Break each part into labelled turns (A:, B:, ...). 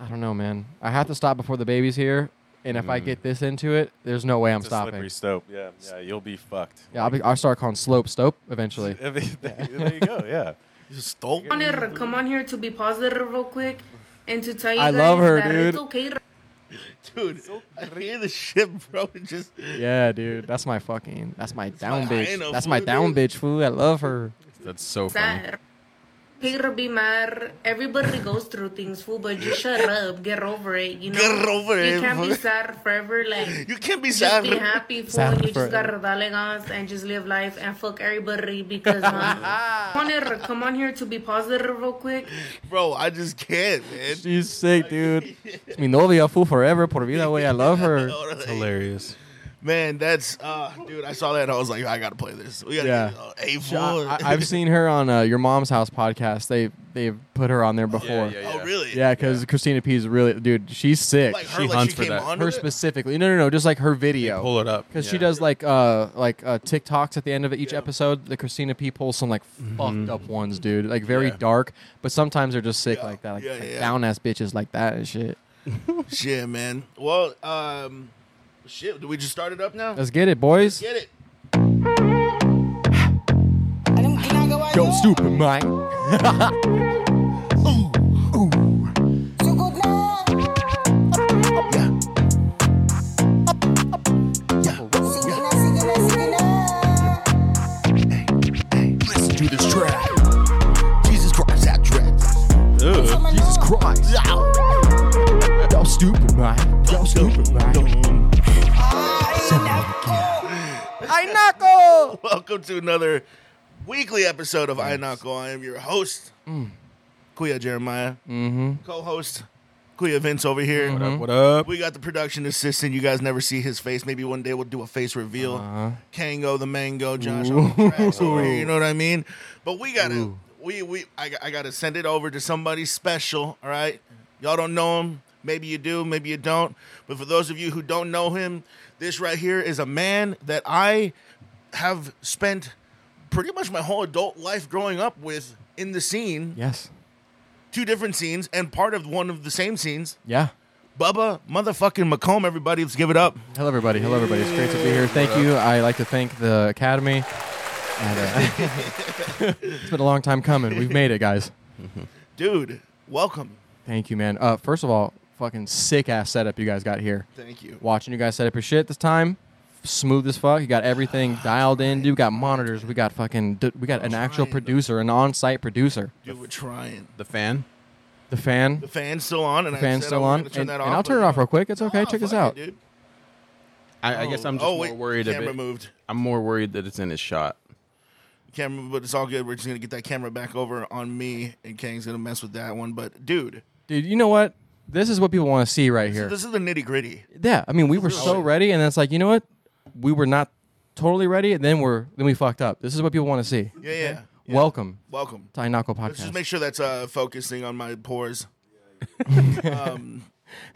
A: I don't know, man. I have to stop before the baby's here, and if I
B: Mm.
A: get this into it, there's no way I'm
B: It's a
A: stopping.
B: slippery slope. Yeah, yeah, you'll be fucked.
A: Yeah, I'll, be, I'll start calling slope stope eventually.
B: there there you go. Yeah.
C: You stole.
D: I wanted her to come on here to be positive real quick and to tell you
A: I
D: guys
A: love her,
D: that it's
A: dude.
D: okay to
C: Dude, I hear the shit, bro. It Just
A: Yeah, dude. That's my fucking. That's my down
C: my hyena,
A: bitch. That's my
C: fool,
A: down
C: dude.
A: bitch, fool. I love her.
E: That's so funny.
D: sad. Okay to be mad. Everybody goes through things, fool, but just shut up. Get over it, you know?
C: Get over
D: You
C: it,
D: can't be
C: fool.
D: sad forever. Like,
C: you can't be
D: just
C: sad.
D: be
C: bro.
D: happy, fool.
A: Sad
D: and you just
A: forever.
D: gotta dalegas and just live life and fuck everybody because, man. I wanted her to come on here to be positive real quick.
C: Bro, I just can't, man.
A: She's sick, dude. It's mi novia, fool, forever. Por vida, way. I love her.
C: Totally.
E: Hilarious.
C: Man, that's uh, dude. I saw that and I was like, I gotta play this. We gotta
A: Yeah.
C: get uh, a
A: She-
C: four.
A: I, I- I've seen her on uh, your mom's house podcast. They they've put her on there before.
E: yeah,
C: Oh really?
A: Yeah, because Christina P is really, dude. She's sick.
C: Like her,
E: She
C: like
E: hunts
C: she
E: for
C: came
E: that.
C: on
A: her
C: with it?
A: specifically. No, no, no. Just like her video.
E: Pull it up.
A: Because she
E: Yeah.
A: does like uh like uh TikToks at the end of each episode. The Christina P pulls some like fucked up ones, dude. Like very
C: Yeah.
A: dark, but sometimes they're just sick
C: Yeah.
A: like that, like,
C: Yeah, yeah.
A: down ass bitches like that and shit.
C: Shit, man. Well, um, shit. Do we just start it up now?
A: Let's get it, boys.
C: get it.
A: Go stupid, Mike.
C: Listen to this track. Jesus Christ, that track.
A: Jesus Christ. Go stupid, Mike. Go stupid, Mike. I knuckle.
C: Welcome to another weekly episode of I Knock On. I am your host, Kuya Jeremiah.
A: Mm. Mm-hmm.
C: Co-host, Kuya Vince over here.
E: What up? What up?
C: We got the production assistant. You guys never see his face. Maybe one day we'll do a face reveal. Kango the mango, Josh on the tracks over here. You know what I mean? But we gotta, we we I, I gotta send it over to somebody special. All right, y'all don't know him. Maybe you do. Maybe you don't. But for those of you who don't know him, this right here is a man that I have spent pretty much my whole adult life growing up with in the scene,
A: Yes.
C: two different scenes, and part of one of the same scenes.
A: Yeah.
C: Bubba motherfucking Macomb, everybody, let's give it up.
A: Hello, everybody. Hello, everybody. It's great to be here. Thank you. I like to thank the Academy. And, uh, it's been a long time coming. We've made it, guys.
C: Dude, welcome.
A: Thank you, man. Uh, first of all, fucking sick ass setup you guys got here.
C: Thank you.
A: Watching you guys set up your shit this time, smooth as fuck. You got everything dialed in. Dude, we got monitors. We got fucking. d- We got an actual
C: Trying to-
A: producer, an on-site producer.
C: Dude, we're trying.
E: The fan.
A: The fan,
C: The fan's still on, and
A: the fan's
C: I said
A: still
C: I
A: on,
C: was gonna
A: and,
C: Turn that
A: and
C: off,
A: I'll
C: but-
A: turn it off real quick. It's
C: Nah,
A: okay. Check this
C: fuck it,
A: out.
C: dude.
E: I, I guess I'm just
C: oh, wait,
E: more worried
C: camera
E: of it.
C: moved.
E: I'm more worried that it's in his shot.
C: Camera, but it's all good. We're just gonna get that camera back over on me, and Kang's gonna mess with that one. But dude,
A: Dude, you know what? This is what people want to see right here.
C: this is the nitty gritty.
A: Yeah, I mean, we were so ready, and it's like, you know what? We were not totally ready, and then we're then we fucked up. This is what people want to see.
C: Yeah, yeah. yeah.
A: Welcome
C: welcome.
A: to Inako
C: Let's just
A: Podcast.
C: make sure that's uh, focusing on my pores. um,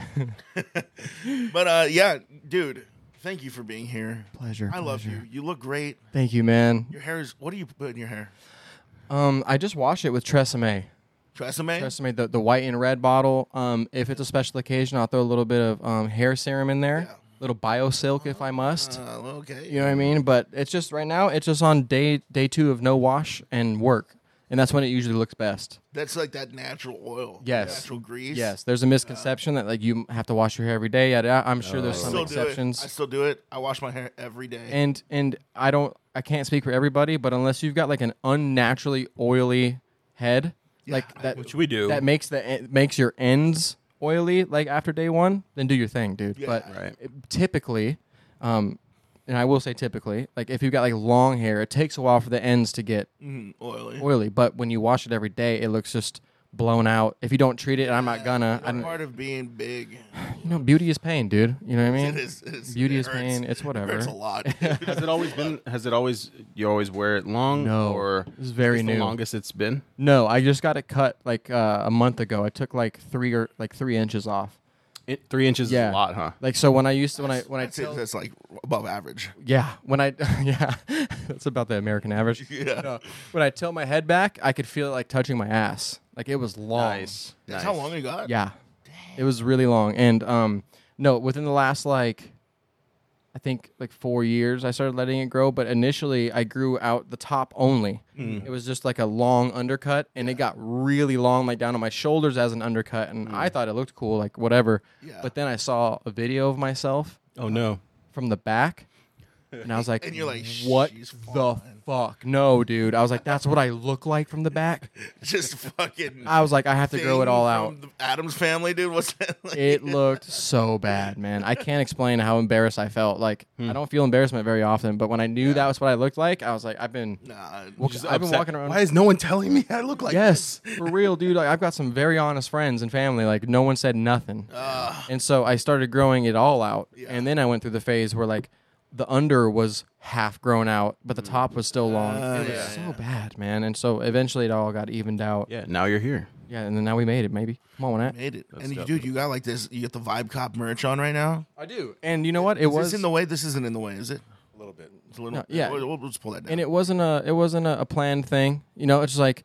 C: but uh, yeah, dude, thank you for being here.
A: pleasure.
C: I love you.
A: pleasure.
C: You look great.
A: Thank you, man.
C: Your hair is. What do you put in your hair?
A: Um, I just washed it with Tresemme.
C: Tresemme.
A: Tresemme, the, the white and red bottle. Um, if it's a special occasion, I'll throw a little bit of um, hair serum in there,
C: Yeah.
A: little bio silk if I must.
C: Uh, well, okay.
A: You know what I mean? But it's just right now, it's just on day day two of no wash and work, and that's when it usually looks best.
C: That's like that natural oil.
A: Yes.
C: Natural grease.
A: Yes, there's a misconception that like you have to wash your hair every day. Yada, yada. I'm sure
C: I
A: there's some
C: Oh. still
A: exceptions.
C: do it. I still do it. I wash my hair every day.
A: and and I don't I can't speak for everybody, but unless you've got like an unnaturally oily head, like that
E: Which we do.
A: that makes the en- makes your ends oily like after day 1, then do your thing, dude.
C: Yeah.
A: But
E: Right.
A: it- typically um and I will say typically, like if you've got like long hair, it takes a while for the ends to get
C: Mm, oily.
A: oily, but when you wash it every day, it looks just blown out. If you don't treat it, and I'm not gonna. I
C: That's
A: don't,
C: part of being big.
A: you know, beauty is pain, dude. You know what I mean?
C: It is. It is
A: Beauty
C: it
A: is
C: hurts.
A: pain. It's
C: It
A: whatever.
C: hurts a lot.
E: has it always been? Has it always? You always wear it long?
A: No,
E: Or
A: it's very
E: is
A: new.
E: The longest it's been.
A: No, I just got it cut like uh, a month ago. I took like three or like three inches off.
E: It, three inches is
A: Yeah,
E: a lot, huh?
A: Like so when I used to when I when I
C: that's, it.
A: tell,
C: that's like above average.
A: yeah when I yeah that's about the American average.
C: Yeah.
A: No, when I tilt my head back, I could feel it like touching my ass. Like it was long.
E: Nice. nice.
C: That's how long it got.
A: Yeah. It was really long, and um, no, within the last like, I think like four years, I started letting it grow. But initially, I grew out the top only.
C: Mm.
A: It was just like a long undercut, and it got really long, like down to my shoulders as an undercut. And I thought it looked cool, like whatever.
C: Mm. Yeah.
A: But then I saw a video of myself
E: Oh no.
A: from the back. And I was like,
C: And you're like,
A: what
C: "She's
A: the
C: fine."
A: fuck? No, dude. I was like, that's what I look like from the back.
C: Just fucking.
A: I was like, I have to grow it
C: thing
A: all out.
C: from the Adam's family, dude. What's that? Like?
A: It looked so bad, man. I can't explain how embarrassed I felt. Like I don't feel embarrassment very often, but when I knew that was what I looked like, I was like, I've been,
C: nah,
A: well,
E: Just
A: I've been
E: upset.
A: walking around.
E: Why is no one telling me I look like
A: yes, for real, dude. Like I've got some very honest friends and family. Like no one said nothing, and so I started growing it all out, and then I went through the phase where like the under was half grown out, but the top was still long. it was
C: Mm. Ah, yeah,
A: so bad, man. And so eventually it all got evened out. Yeah,
E: Yeah, now you're here.
A: and then now we made it. Maybe come on, Nat.
C: made it. and you, dude, you got like this. You got the vibe cop merch on right now.
A: I do. And you know what? It
C: Is
A: was
C: this in the way? This isn't in the way, is it?
B: a little bit.
C: It's a little.
A: No, yeah.
C: We'll, we'll just pull that down.
A: and it wasn't a it wasn't a, a planned thing. You know, it's just like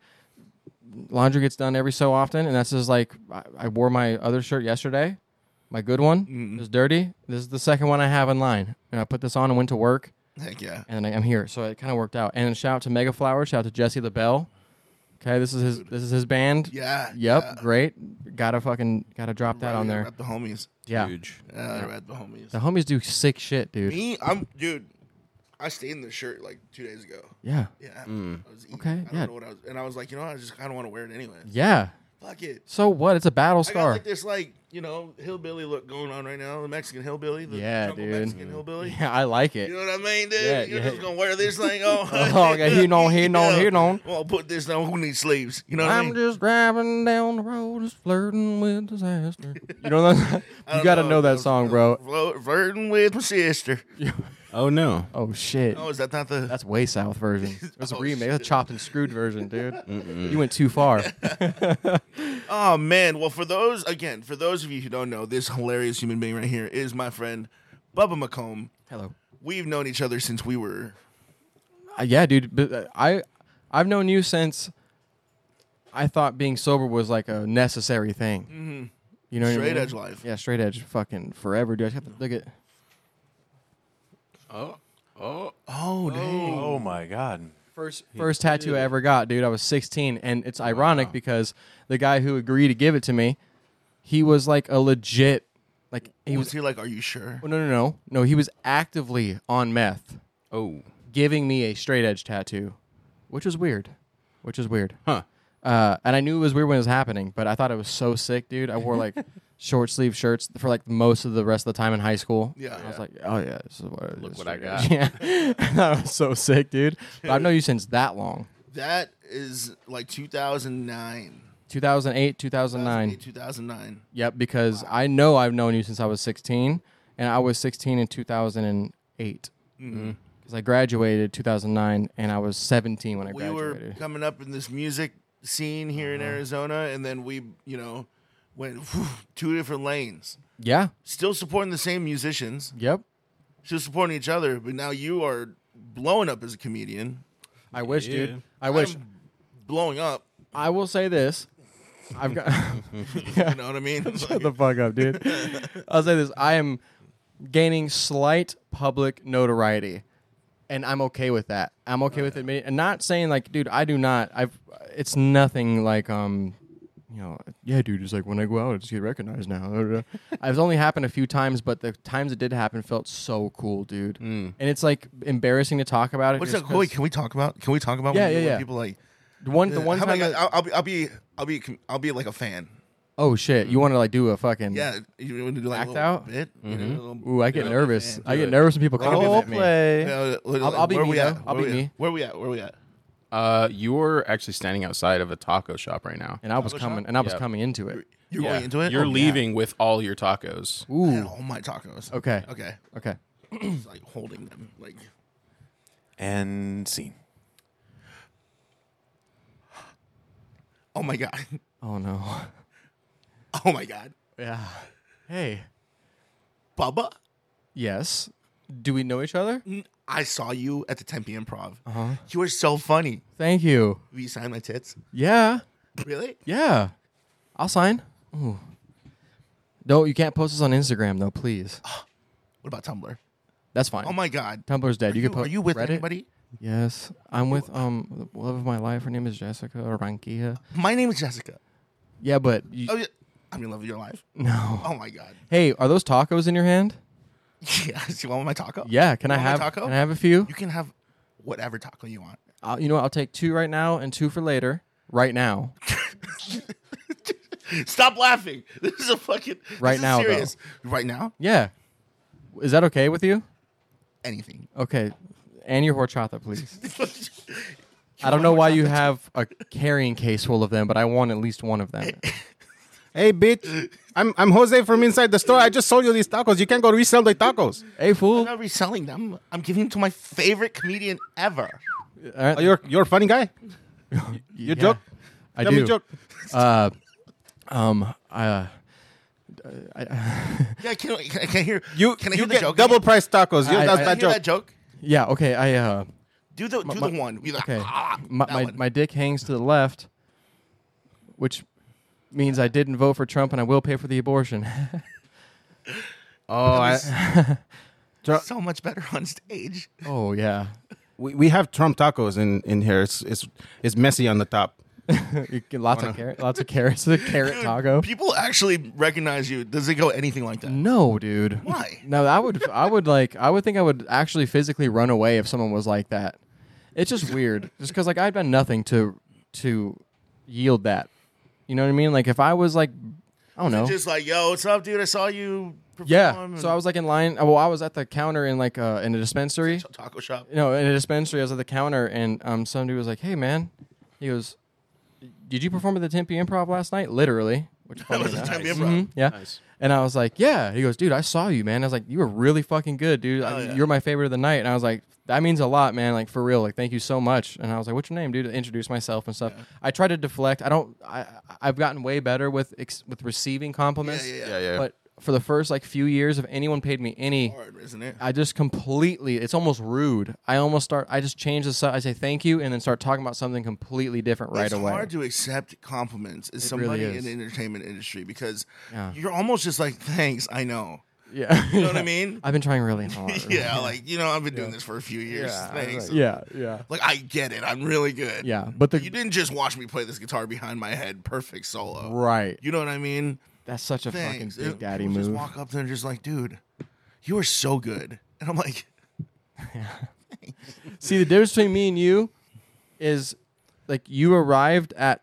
A: laundry gets done every so often, and that's just like I, I wore my other shirt yesterday, my good one.
C: Mm-hmm.
A: It was dirty. This is the second one I have in line, and I put this on and went to work,
C: Heck yeah.
A: and then I, I'm here. So it kind of worked out. And shout out to Mega Flower, shout out to Jesse LaBelle. Okay, this is his this is his band.
C: Yeah.
A: Yep.
C: yeah.
A: Great. Gotta fucking gotta drop that on there.
C: Rep the homies.
A: Yeah.
E: Huge.
C: Yeah, rep the homies.
A: The homies do sick shit, dude.
C: Me, I'm dude. I stayed in this shirt like two days ago.
A: Yeah.
C: Yeah. I was eating.
A: Okay,
C: I don't
A: yeah.
C: know what I was, and I was like, you know, what? I just I don't want to wear it anyway.
A: Yeah.
C: Fuck it.
A: So what? It's a battle
C: I got
A: scar.
C: like this like you know hillbilly look going on right now, the Mexican hillbilly. The
A: Yeah,
C: jungle
A: dude.
C: Mexican hillbilly.
A: Yeah, I like it.
C: You know what I mean, dude?
A: Yeah,
C: You're
A: yeah.
C: just gonna wear this thing on.
A: Oh, okay, here no, here no, here no.
C: Well, put this on. Who needs sleeves? You know what I
A: I'm
C: mean?
A: just driving down the road, just flirting with disaster. You know that?
C: I
A: you
C: don't
A: gotta know, that song, bro.
C: Flo- Flirting with my sister.
E: Oh no.
A: Oh shit,
C: Oh, is that not the?
A: that's way south version. It was a
C: Oh,
A: remake, that's a chopped and screwed version, dude. You went too far.
C: Oh man. Well, for those again, for those of you who don't know, this hilarious human being right here is my friend Bubba McComb.
A: Hello.
C: We've known each other since we were.
A: Uh, yeah, dude. But uh, I, I've known you since. I thought being sober was like a necessary thing. Mm-hmm. You know, what I
C: Straight
A: mean?
C: edge life.
A: Yeah, straight edge, fucking forever, dude. I have to look at.
C: Oh, dang.
B: Oh my god.
A: First, first tattoo I ever got, dude. I was 16, and it's ironic because the guy who agreed to give it to me, he was like a legit, like he
C: was
A: was.
C: he like, "Are you sure?"
A: Oh, no, no, no, no. He was actively on meth,
E: Oh.
A: giving me a straight edge tattoo, which was weird, which was weird.
E: Huh.
A: Uh, and I knew it was weird when it was happening, but I thought it was so sick, dude. I wore like short sleeve shirts for like most of the rest of the time in high school.
C: Yeah,
A: I
C: yeah.
A: was like, oh yeah, this is what. Look
E: what I
A: Yeah, that was so sick, dude. But I've known you since that long.
C: That is like 2009.
A: 2008, 2009.
C: 2008, 2009.
A: Yep, because I know I've known you since I was 16, and I was 16 in 2008.
C: Mm-hmm.
A: Because I graduated 2009, and I was 17 when I
C: we were
A: graduated. Uh-huh.
C: coming up in this music scene here in Arizona, and then we, you know, went whew, two different lanes.
A: yeah.
C: Still supporting the same musicians,
A: Yep.
C: still supporting each other, but now you are blowing up as a comedian.
A: I wish,
E: Yeah.
A: dude. I wish.
C: I'm blowing up.
A: i will say this. I've got
C: You know what I mean?
A: shut the fuck up, dude. I'll say this. I am gaining slight public notoriety, and I'm okay with that. I'm okay with admitting and not saying like, dude, I do not. I've. It's nothing like um. You know, yeah, dude. It's like when I go out, I just get recognized now. I've only happened a few times, but the times it did happen felt so cool, dude. And it's like embarrassing to talk about it.
C: What's
A: just
C: up? Wait,
A: 'cause
C: can we talk about? Can we talk about?
A: Yeah,
C: when,
A: yeah,
C: when
A: yeah.
C: People like uh,
A: One, the one
C: How
A: time.
C: about
A: that-
C: I- I'll, I'll be, I'll be, I'll be, a com- I'll be like a fan.
A: oh shit! You want to like do a fucking
C: Yeah, you want to do like
A: Act
C: a little
A: out? Mm-hmm.
C: bit. you know, a little-
A: Ooh, I get nervous. I get nervous when people come
B: Role
A: at me.
B: play.
C: you know, like,
A: I'll- I'll be
C: where
A: me,
C: we
A: though.
C: at?
A: I'll
C: Where
A: be
C: we at?
A: me.
C: Where we at? Where we at?
E: Uh, you're actually standing outside of a taco shop right now.
A: and I was
C: Taco
A: coming,
C: shop?
A: and I was
E: Yeah.
A: coming into it.
C: You're going into it.
E: You're
C: Oh, yeah.
E: leaving with all your tacos.
C: I
A: Ooh,
C: had all my tacos.
A: okay,
C: Okay.
A: okay.
C: Just, like holding them. Like
B: And scene.
C: oh my god.
A: Oh no,
C: Oh my god.
A: yeah. Hey,
C: Bubba,
A: yes. Do we know each other?
C: I saw you at the Tempe Improv. Uh-huh. You were so funny.
A: Thank you.
C: Will you sign my tits?
A: Yeah,
C: Really?
A: yeah. I'll sign. Ooh. No, you can't post this on Instagram though, please.
C: What about Tumblr?
A: That's fine.
C: Oh my God.
A: Tumblr's dead. you
C: Are
A: can post.
C: are you with
A: Reddit?
C: anybody?
A: Yes, I'm with um the love of my life. Her name is Jessica Rankia.
C: My name is Jessica.
A: Yeah, but you,
C: Oh, yeah. I'm in love with your life.
A: no.
C: Oh my God.
A: Hey, are those tacos in your hand?
C: Yeah. You want my taco?
A: Yeah, can I
C: You want my
A: have?
C: taco?
A: Can I have a few?
C: You can have whatever taco you want.
A: I'll, you know what? I'll take two right now and two for later. Right now.
C: Stop laughing. This is a fucking
A: Right
C: this is
A: now, though.
C: Serious. Right now,
A: Yeah. Is that okay with you?
C: anything.
A: Okay. And your horchata, please. I don't know why you have a carrying case full of them, but I want at least one of them.
E: Hey, bitch. I'm, I'm Jose from inside the store. I just sold you these tacos. You can't go resell the tacos.
A: Hey,
C: I'm
A: fool.
C: not reselling them. I'm giving them to my favorite comedian ever.
A: All
E: Oh,
A: right.
E: you're, you're a funny guy? You
A: Yeah.
E: joke?
A: I
E: Tell me
A: do.
E: joke.
A: Um, I, uh,
C: Yeah, I can't. I can't hear.
E: You,
C: can I
E: you
C: hear
E: get
C: the joke?
E: double
C: again?
E: price tacos. You-
A: I-
E: that's
A: I-
C: Can I
E: that
C: hear
E: joke.
C: that joke?
A: yeah, okay. I, uh,
C: Do the do
A: my-
C: the one. We like,
A: okay.
C: ah,
A: My,
C: that
A: my,
C: one.
A: my dick hangs to the left, which means I didn't vote for Trump and I will pay for the abortion.
E: oh, I,
C: so much better on stage.
A: oh, yeah.
E: we, we have Trump tacos in, in here. It's, it's, it's messy on the top.
A: You get lots of carrot, lots of carrots, the carrot
C: Dude,
A: taco.
C: People actually recognize you. Does it go anything like that?
A: No, dude.
C: Why?
A: No, I would I would like I would think I would actually physically run away if someone was like that. It's just weird. just cuz like I've done nothing to to yield that. You know what I mean? Like if I was like I don't know.
C: Just like, yo, what's up, dude? I saw you. Perform
A: yeah.
C: and-
A: So I was like in line, well I was at the counter in like uh in a dispensary.
C: taco shop.
A: No, in a dispensary I was at the counter and um somebody was like, "Hey man." He goes, "Did you perform at the Tempe Improv last night?" Literally, which funny
C: was the
A: enough.
C: Tempe Improv.
A: Mhm, yeah.
E: Nice.
A: And I was like, yeah. He goes, dude, I saw you, man. I was like, you were really fucking good, dude. I-
C: Oh, yeah.
A: You're my favorite of the night. And I was like, that means a lot, man. Like for real. Like thank you so much. And I was like, what's your name, dude? I introduced myself and stuff. I tried to deflect. I don't. I I've gotten way better with ex- with receiving compliments.
C: Yeah, yeah,
E: Yeah, yeah.
A: But for the first like few years, if anyone paid me any.
C: Hard, isn't it?
A: I just completely, it's almost rude. I almost start, I just change the, su- I say thank you and then start talking about something completely different right
C: it's
A: away.
C: hard to accept compliments as
A: really
C: somebody
A: is.
C: in the entertainment industry because
A: Yeah.
C: you're almost just like, thanks, I know.
A: yeah.
C: You know what I mean?
A: I've been trying really hard.
C: yeah, like you know, I've been doing this for a few years. thanks. Like,
A: yeah, yeah.
C: I get it. I'm really good.
A: Yeah, but the
C: You didn't just watch me play this guitar behind my head, perfect solo.
A: right,
C: You know what I mean?
A: that's such a
C: Thanks.
A: fucking big
C: It-
A: daddy
C: people Just
A: move.
C: walk up there and just like, dude, you are so good. And I'm like,
A: See, the difference between me and you is like you arrived at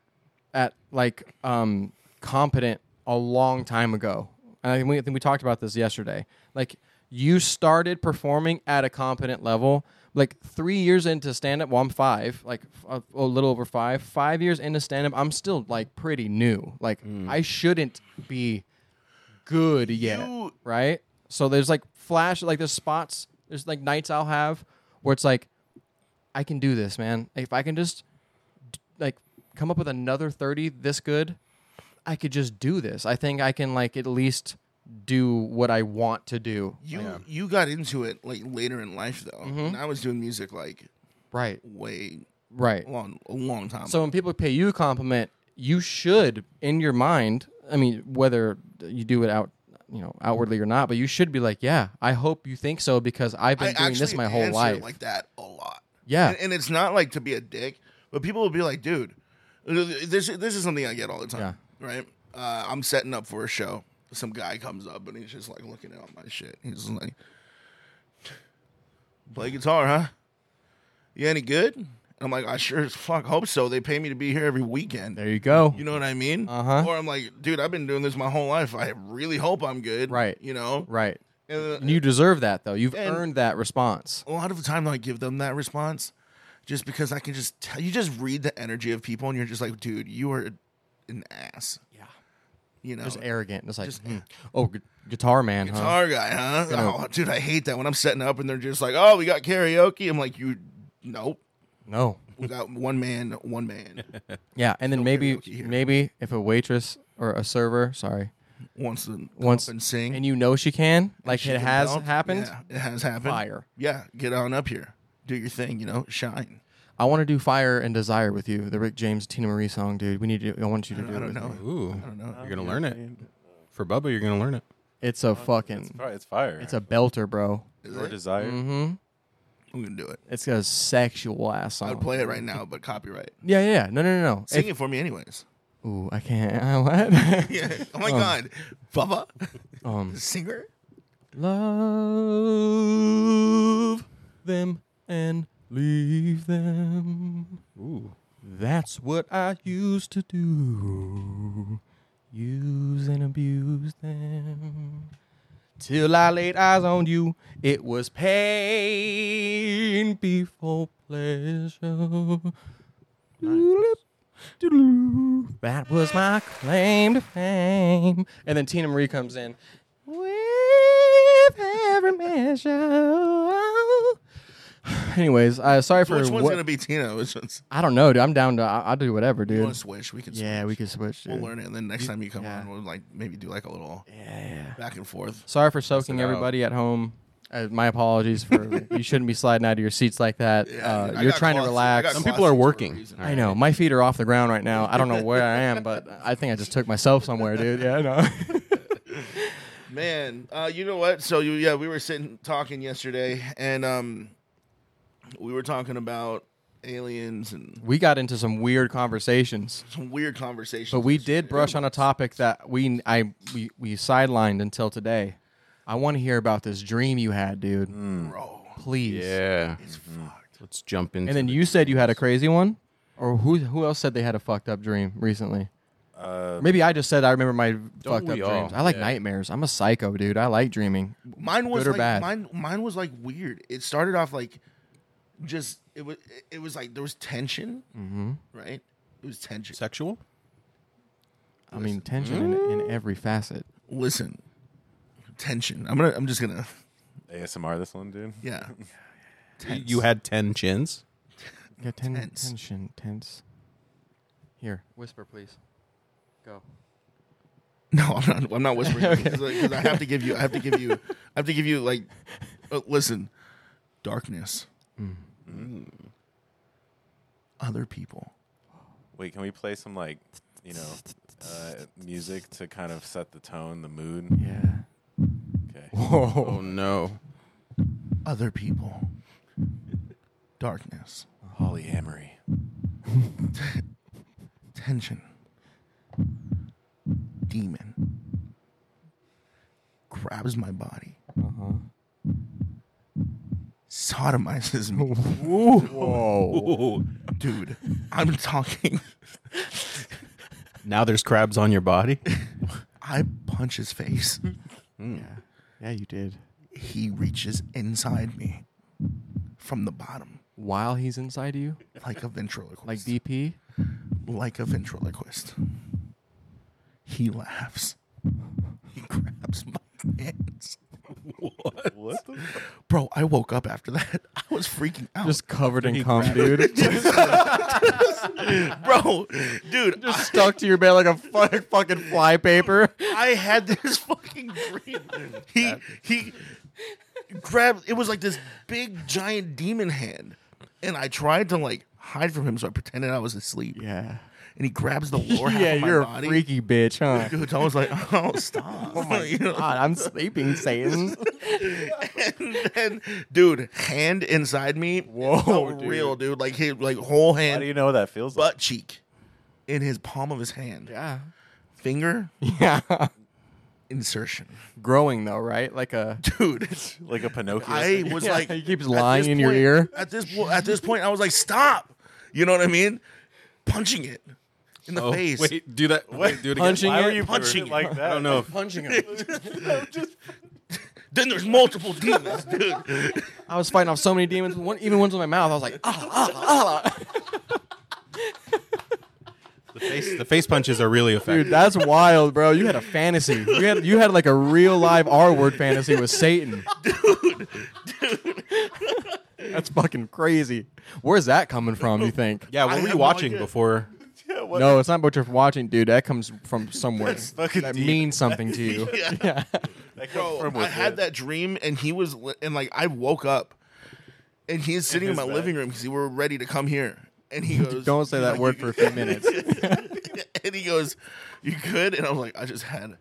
A: at like um competent a long time ago. And I think we, I think we talked about this yesterday. Like you started performing at a competent level. Like three years into stand up, well, I'm five, like f- uh, a little over five. Five years into stand up, I'm still like pretty new. Like I shouldn't be good yet,
C: You-
A: right? So there's like flash, like there's spots, there's like nights I'll have where it's like, I can do this, man. If I can just d- like come up with another thirty this good, I could just do this. I think I can like at least do what I want to do.
C: you you got into it like later in life though.
A: Mm-hmm.
C: And I was doing music like
A: Right,
C: way
A: right.
C: long a long time.
A: So when people pay you a compliment, you should, in your mind, I mean, whether you do it out, you know, outwardly or not, but you should be like, yeah, I hope you think so because I've been doing this
C: actually
A: my whole
C: answer
A: life.
C: like that a lot.
A: Yeah.
C: and, and it's not like to be a dick, but people will be like, "Dude, this this is something I get all the time." Right? Uh, I'm setting up for a show. Some guy comes up and he's just like looking at all my shit. He's just like, "Play guitar, huh? You any good?" And I'm like, "I sure as fuck hope so. They pay me to be here every weekend."
A: there you go.
C: You know what I mean?
A: Uh-huh.
C: Or I'm like, dude, I've been doing this my whole life. I really hope I'm good.
A: Right.
C: You know.
A: right.
C: And, uh,
A: And you deserve that though. You've
C: And-
A: earned that response.
C: a lot of the time I give them that response just because I can just tell you just read the energy of people and you're just like, dude, you are an ass. Yeah. You know,
A: Just arrogant. It's like,
C: Just-
A: hmm. oh, gu- guitar man, huh?
C: guitar guy, huh? Oh, dude, I hate that when I'm setting up and they're just like, oh, we got karaoke. I'm like, you, nope.
A: No.
C: We got one man, one man
A: Yeah, and then maybe
C: karaoke here.
A: maybe if a waitress or a server, sorry,
C: wants to come
A: Wants-
C: up and sing.
A: and you know she can, like
C: She
A: it
C: can
A: has
C: belt.
A: happened.
C: Yeah, it has happened.
A: Fire.
C: Yeah, get on up here, do your thing. You know, shine.
A: I want to do Fire and Desire with you, the Rick James Tina Marie song, dude. We need you. I want you to do
C: I
A: it. with
C: don't
A: me.
C: know.
E: Ooh. I don't know. You're going to learn it. For Bubba, you're gonna learn it.
A: It's a
B: It's
A: fucking,
B: fire. It's fire.
A: it's a belter, bro.
B: Your desire.
C: We can do it.
A: It's got a sexual ass song.
C: I'd play it right now, but copyright.
A: Yeah, yeah, yeah. No, no, no, no.
C: Sing
A: If-
C: it for me, anyways.
A: ooh, I can't. I what?
C: Yeah. Oh my God, Bubba,
A: um,
C: singer.
A: love them and leave them.
E: Ooh.
A: That's what I used to do. Use and abuse them. Till I laid eyes on you, it was pain before pleasure. Doodle-oop. That was my claim to fame. And then Tina Marie comes in. With every measure. Anyways, uh, sorry for
C: Which one's
A: what-
C: gonna be Tina? Which one's?
A: I don't know, dude. I'm down to. I- I'll do whatever,
C: You
A: dude.
C: want to switch? We can.
A: Yeah,
C: switch.
A: we can switch.
C: We'll
A: dude.
C: learn it, and then next time you come
A: yeah.
C: on, we'll like maybe do like a little
A: Yeah.
C: back and forth.
A: Sorry for soaking
B: it out.
A: everybody at home. Uh, my apologies for you shouldn't be sliding out of your seats like that. uh,
C: I
A: you're
C: got
A: trying to
C: claustro- I
A: relax.
C: got
E: Some people are working.
C: claustrophobic for a reason.
A: I know. My feet are off the ground right now. I don't know where I am, but I think I just took myself somewhere, dude. Yeah, I know.
C: Man, uh, you know what? So you, yeah, we were sitting talking yesterday, and um, we were talking about aliens and
A: we got into some weird conversations,
C: some weird conversations.
A: but we did brush on a topic that we I we, we sidelined until today. I want to hear about this dream you had, dude.
C: bro,
A: Please.
E: Yeah.
A: Mm-hmm.
C: fucked.
E: Let's jump into.
A: And then
E: the-
A: you said you had a crazy one, or who who else said they had a fucked up dream recently? Maybe I just said I remember my fucked up
E: we all?
A: dreams. I like
E: Yeah.
A: nightmares. I'm a psycho, dude. I like dreaming.
C: Mine was
A: Good or
C: like
A: bad?
C: mine. Mine was like weird. It started off like just it was. It was like there was tension,
A: Mm-hmm.
C: right? It was tension.
E: sexual.
A: I mean, tension in, in every facet.
C: Listen, tension. I'm gonna. I'm just gonna.
B: ASMR. This one, dude.
C: Yeah.
E: You- You had ten chins.
A: Yeah, ten,
C: Tense.
A: Tension, tense. Here, whisper, please. Go.
C: No, I'm not. I'm not whispering because I have to give you. I have to give you. I have to give you like. uh, listen, darkness.
A: Mm.
C: Mm. Other people.
B: Wait, can we play some like, you know, uh, music to kind of set the tone, the mood?
A: Yeah.
B: Okay.
E: Oh no.
C: Other people. Darkness.
B: Polyamory.
C: Tension. Demon. Grabs my body. Sodomizes me.
E: Ooh.
C: Dude, I'm talking.
E: Now there's crabs on your body.
C: I punch his face.
A: Yeah. Yeah, you did.
C: He reaches inside me from the bottom.
A: While he's inside you,
C: like a ventriloquist.
A: like DP.
C: like a ventriloquist. He laughs. He grabs my hands.
B: What the? Fuck?
C: Bro, I woke up after that. I was freaking out.
A: Just covered in cum, dude.
C: bro, dude,
A: Just stuck to your bed like a fu- fucking flypaper.
C: I had this fucking dream. He he grabbed it was like this big giant demon hand. And I tried to like hide from him, so I pretended I was asleep.
A: Yeah.
C: And he grabs the lower half
A: yeah,
C: of my
A: you're
C: body.
A: a freaky bitch, huh?
C: Dude, I was like, oh stop. Oh my
A: God, I'm sleeping, Satan.
C: and then, dude, hand inside me. Whoa,
A: dude.
C: real dude, like his like whole
B: How do you
C: hand,
B: know what that feels like?
C: butt cheek, in his palm of his hand,
A: yeah.
C: finger
A: Yeah.
C: insertion,
A: Growing though, right? Like a
C: dude.
B: Like a Pinocchio.
C: I was
A: Yeah,
C: like,
A: he keeps
C: at this
A: lying in your
C: point-
A: ear.
C: At this point, at this point, I was like, stop. You know what I mean? Punching it in the
E: Oh,
C: face.
E: wait, do that. Wait, do it again.
A: Punching
B: Why
A: it?
B: were you punching
C: Punching it.
B: like that?
E: I don't know. If,
A: punching him.
C: Then there's multiple demons, dude.
A: I was fighting off so many demons, one, even ones in my mouth. I was like, ah, ah, ah.
E: the face, the face punches are really effective.
A: dude, that's wild, bro. You had a fantasy. You had you had like a real live R word fantasy with Satan, dude. That's fucking crazy. Where's that coming from? You think?
E: yeah,
C: I
E: what were
C: have
E: you
C: no
E: watching
C: idea.
E: before?
B: Yeah, what
A: No, it's not what you're watching, dude. That comes from somewhere.
B: fucking
A: that
B: deep.
A: means something to you.
B: the heck
C: Bro,
B: from
C: I
B: with
C: had
B: it?
C: that dream, and he was, li- and like I woke up, and he's sitting in,
B: his
C: my
B: bed.
C: living room because we were ready to come here, and he goes,
A: Don't say
C: he's
A: that
C: like,
A: word
C: "You
A: for a few minutes.
C: good?" and he goes, "You good?" And I'm like, "I just had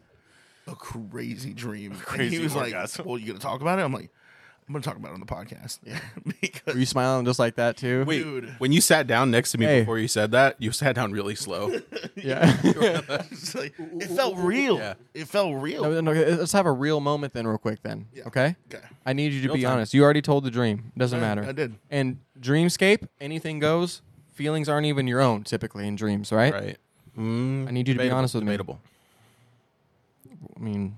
C: a crazy dream. and
B: crazy
C: he was
B: orgasm.
C: like, "Well, you gonna talk about it?" I'm like, "I'm gonna talk about it on the podcast." Yeah, because
A: Were you smiling just like that too?
F: Wait,
C: Dude.
F: when you sat down next to me
A: Hey.
F: before you said that, you sat down really slow.
A: Yeah.
C: it's like, it felt real.
F: Yeah.
C: It felt real.
A: No, no, Oh, okay, let's have a real moment then, real quick. Then, okay.
C: Okay.
A: I need you to be honest. You already told the dream. Doesn't matter.
C: I did.
A: And dreamscape, anything goes. Feelings aren't even your own typically in dreams, right?
F: right. Mm,
A: I need you to be honest with
F: debatable.
A: me. I mean,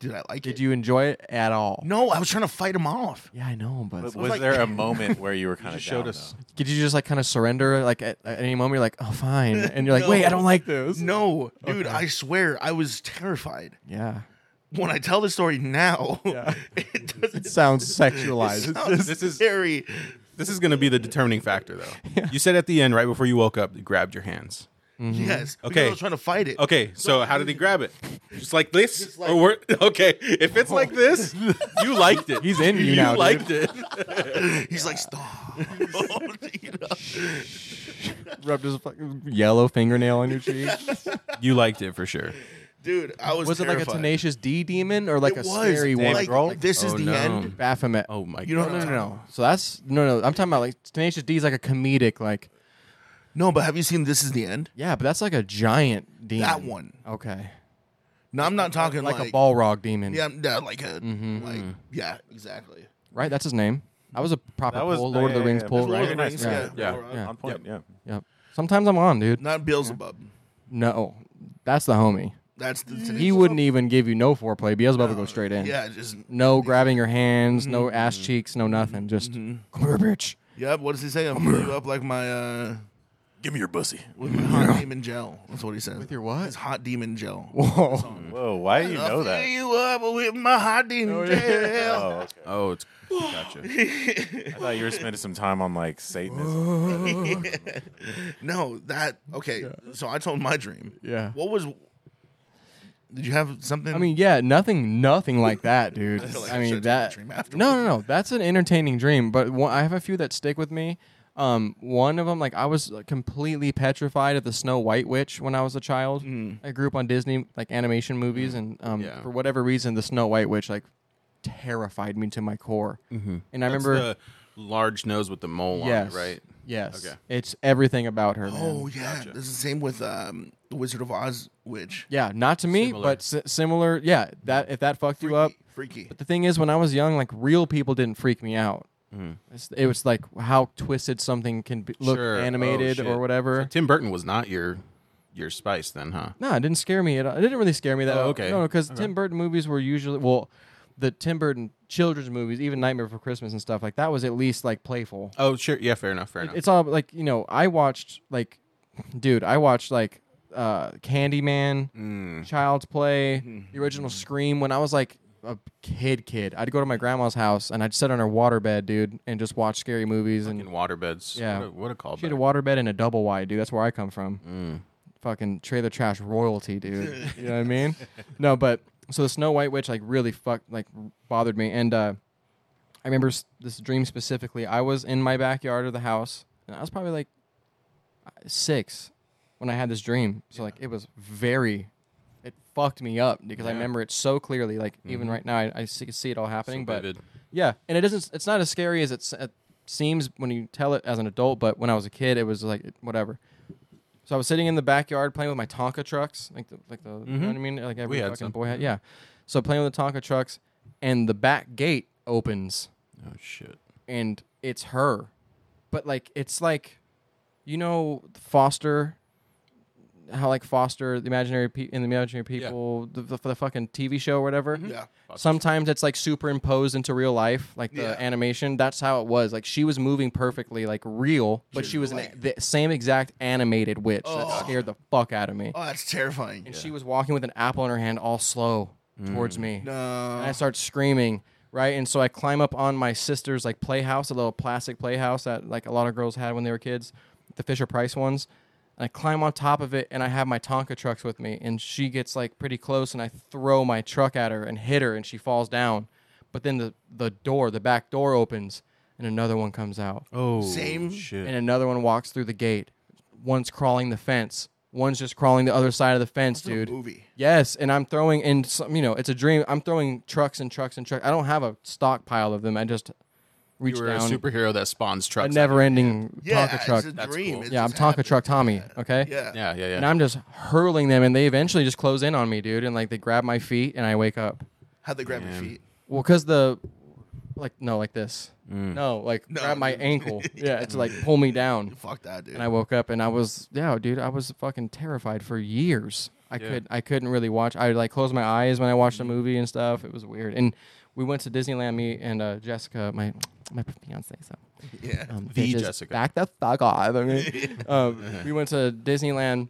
C: Did I like it?
A: did you enjoy it at all?
C: No, I was trying to fight him off.
A: Yeah, I know, but
B: Was,
C: was like-
B: there a moment where you were kind of
F: just showed
B: down,
F: us.
B: though?
A: did you just like kind of surrender? Like at, at any moment, you're like, oh, fine, and you're like,
C: No.
A: wait, I don't like this.
C: No, dude, I swear I was terrified.
A: Yeah,
C: When I tell the story now,
A: Yeah.
C: it doesn't
A: it sounds sexualized.
C: sound
F: this is-
C: scary.
F: This is going to be the determining factor, though. You said at the end, right before you woke up, you grabbed your hands.
A: Mm-hmm.
C: Yes. because
F: Okay.
C: I was trying to fight it.
F: Okay, so how did he grab it? Just like this?
C: Just like- Oh.
F: Or were- okay, if it's like this, you liked it.
A: He's in you,
F: you
A: now. dude.
F: liked it.
C: He's like, stop. You know?
A: Rubbed his fucking yellow fingernail on your cheek.
F: You liked it for sure.
C: Dude, I was.
A: was it like a
C: terrified.
A: tenacious D demon or like
C: It
A: a
C: was.
A: scary
C: Damn
A: one?
C: it,
A: bro?
C: like, this is
F: Oh,
C: the
F: no.
C: end.
A: Baphomet.
F: Oh my
C: You know
F: god.
A: no,
C: what
A: no,
C: I'm
A: no,
C: talking
A: no. So that's no, no. I'm talking about like Tenacious D is like a comedic, like
C: No, but have you seen This Is the End?
A: yeah, but that's like a giant demon.
C: That one.
A: Okay.
C: No, I'm not talking
A: Like,
C: like,
A: a Mm-hmm. Balrog demon.
C: Yeah, yeah, like a like yeah, exactly.
A: Right. That's his name. That was a proper
B: That was
A: pull, Lord of
B: yeah,
A: the Rings
B: yeah,
A: pull,
B: yeah.
A: right?
B: Lord of the Rings,
A: Yeah.
F: yeah.
C: Balrog.
A: Yeah.
B: On point, yeah.
A: Yep. Sometimes I'm on, dude.
C: Not Beelzebub.
A: No, that's the homie.
C: That's the
A: He wouldn't even give you no foreplay. Beelzebub would go straight in.
C: Yeah, just
A: No grabbing your hands, no
B: Mm-hmm.
A: ass cheeks, no nothing. Just come here, bitch.
C: Yep. What does he say? I'm gonna you up like my uh
B: Give me your pussy.
C: with my hot demon gel. That's what he says. With
A: your what?
C: His hot demon gel.
A: Whoa.
B: Whoa, why do you
C: I'll
B: know
C: fill
B: that?
C: you up with my hot demon gel.
B: Oh, okay.
F: Oh, it's gotcha.
A: Oh.
B: I thought you were spending some time on like Satanism.
C: No, that okay. So I told my dream.
A: Yeah.
C: What was? Did you have something?
A: I mean, yeah, nothing, nothing like that, dude.
C: feel like I
A: I
C: should
A: mean
C: have
A: that.
C: dream
A: no,
C: afterwards.
A: no, no. That's an entertaining dream, but one, I have a few that stick with me. Um, one of them, like I was like, completely petrified of the Snow White witch when I was a child.
C: Mm.
A: I grew up on Disney like animation movies, and um,
F: Yeah.
A: for whatever reason, the Snow White witch like terrified me to my core. Mm-hmm. And I remember,
F: the large nose with the mole
A: yes,
F: on it, right?
A: Yes,
F: Okay.
A: it's everything about her. man.
C: oh yeah, this is the same with um, the Wizard of Oz witch.
A: yeah, not to me,
F: Similar.
A: but si- similar. Yeah, that if that fucked you up,
C: Freaky.
A: But the thing is, when I was young, like real people didn't freak me out.
F: Mm-hmm.
A: It's- It was like how twisted something can be, look
F: Sure. Oh,
A: animated
F: shit.
A: or whatever.
F: So Tim Burton was not your your spice then, huh?
A: no, it didn't scare me at all. It didn't really scare me that.
F: Oh, okay.
A: No, because Tim Burton movies were usually well, the Tim Burton children's movies, even Nightmare Before Christmas and stuff like that, was at least like playful.
F: Oh, sure. Yeah, fair enough. Fair enough.
A: It's all like you know. I watched like, dude, I watched like uh Candyman, Child's Play, the original Scream when I was like a kid. Kid, I'd go to my grandma's house and I'd sit on her waterbed, dude, and just watch scary movies.
F: in
A: And
F: waterbeds.
A: Yeah.
F: What a, what a callback.
A: she had a waterbed and a double wide, dude. That's where I come from. Fucking trailer trash royalty, dude. you know what I mean? No, but so the Snow White witch like really fucked, like bothered me, and uh I remember s- this dream specifically. I was in my backyard of the house, and I was probably like six when I had this dream. So like it was very, it fucked me up because I remember it so clearly. Like even right now, I, I see, see it all happening. but
F: vivid.
A: yeah, and it isn't. It's not as scary as it's, it seems when you tell it as an adult. But when I was a kid, it was like it- whatever. So I was sitting in the backyard playing with my Tonka trucks, like the, like the you know what I mean, like every
F: Mm-hmm. had
A: fucking
F: some.
A: boy had. Yeah, so playing with the Tonka trucks, and the back gate opens
F: oh shit.
A: and it's her. But like it's like you know Foster how like Foster the imaginary pe- in the imaginary people the, the, the fucking TV show or whatever.
F: Mm-hmm.
C: Yeah.
A: Sometimes it's like superimposed into real life like the
C: Yeah.
A: animation. That's how it was. Like she was moving perfectly like real, but she was an, the same exact animated witch that scared the fuck out of me.
C: Oh, that's terrifying.
A: And she was walking with an apple in her hand all slow towards me
C: No.
A: and I start screaming, right? And so I climb up on my sister's like playhouse, a little plastic playhouse that like a lot of girls had when they were kids, the Fisher Price ones. And I climb on top of it and I have my Tonka trucks with me and she gets like pretty close and I throw my truck at her and hit her and she falls down. But then the the door, the back door opens and another one comes out.
F: Oh
C: Same.
F: shit.
A: And another one walks through the gate. One's crawling the fence. One's just crawling the other side of the fence, dude.
C: movie.
A: Yes, and I'm throwing in some. You know, it's a dream. I'm throwing trucks and trucks and trucks. I don't have a stockpile of them. I just reach
F: You were a
A: down.
F: superhero that spawns
A: a
F: trucks.
A: never-ending
C: Yeah,
A: Tonka
C: it's
A: truck.
C: a dream.
F: cool.
C: It
A: Yeah, I'm
C: just
A: Tonka
C: happened.
A: Truck Tommy. Okay.
C: Yeah.
F: Yeah, yeah, yeah.
A: And I'm just hurling them, and they eventually just close in on me, dude. And like they grab my feet, and I wake up.
C: How'd they grab your feet?
A: Well, cause the, like no, like this. No, like grab my ankle. yeah, it's like pull me down.
C: Fuck that, dude.
A: And I woke up and I was yeah, dude, I was fucking terrified for years. I could I couldn't really watch. I like closed my eyes when I watched a
C: Mm-hmm.
A: movie and stuff. It was weird. And we went to Disneyland. Me and uh, Jessica, my my fiance. So
C: yeah.
A: um,
F: The
A: bitches,
F: Jessica.
A: back the fuck off. I mean, um, we went to Disneyland.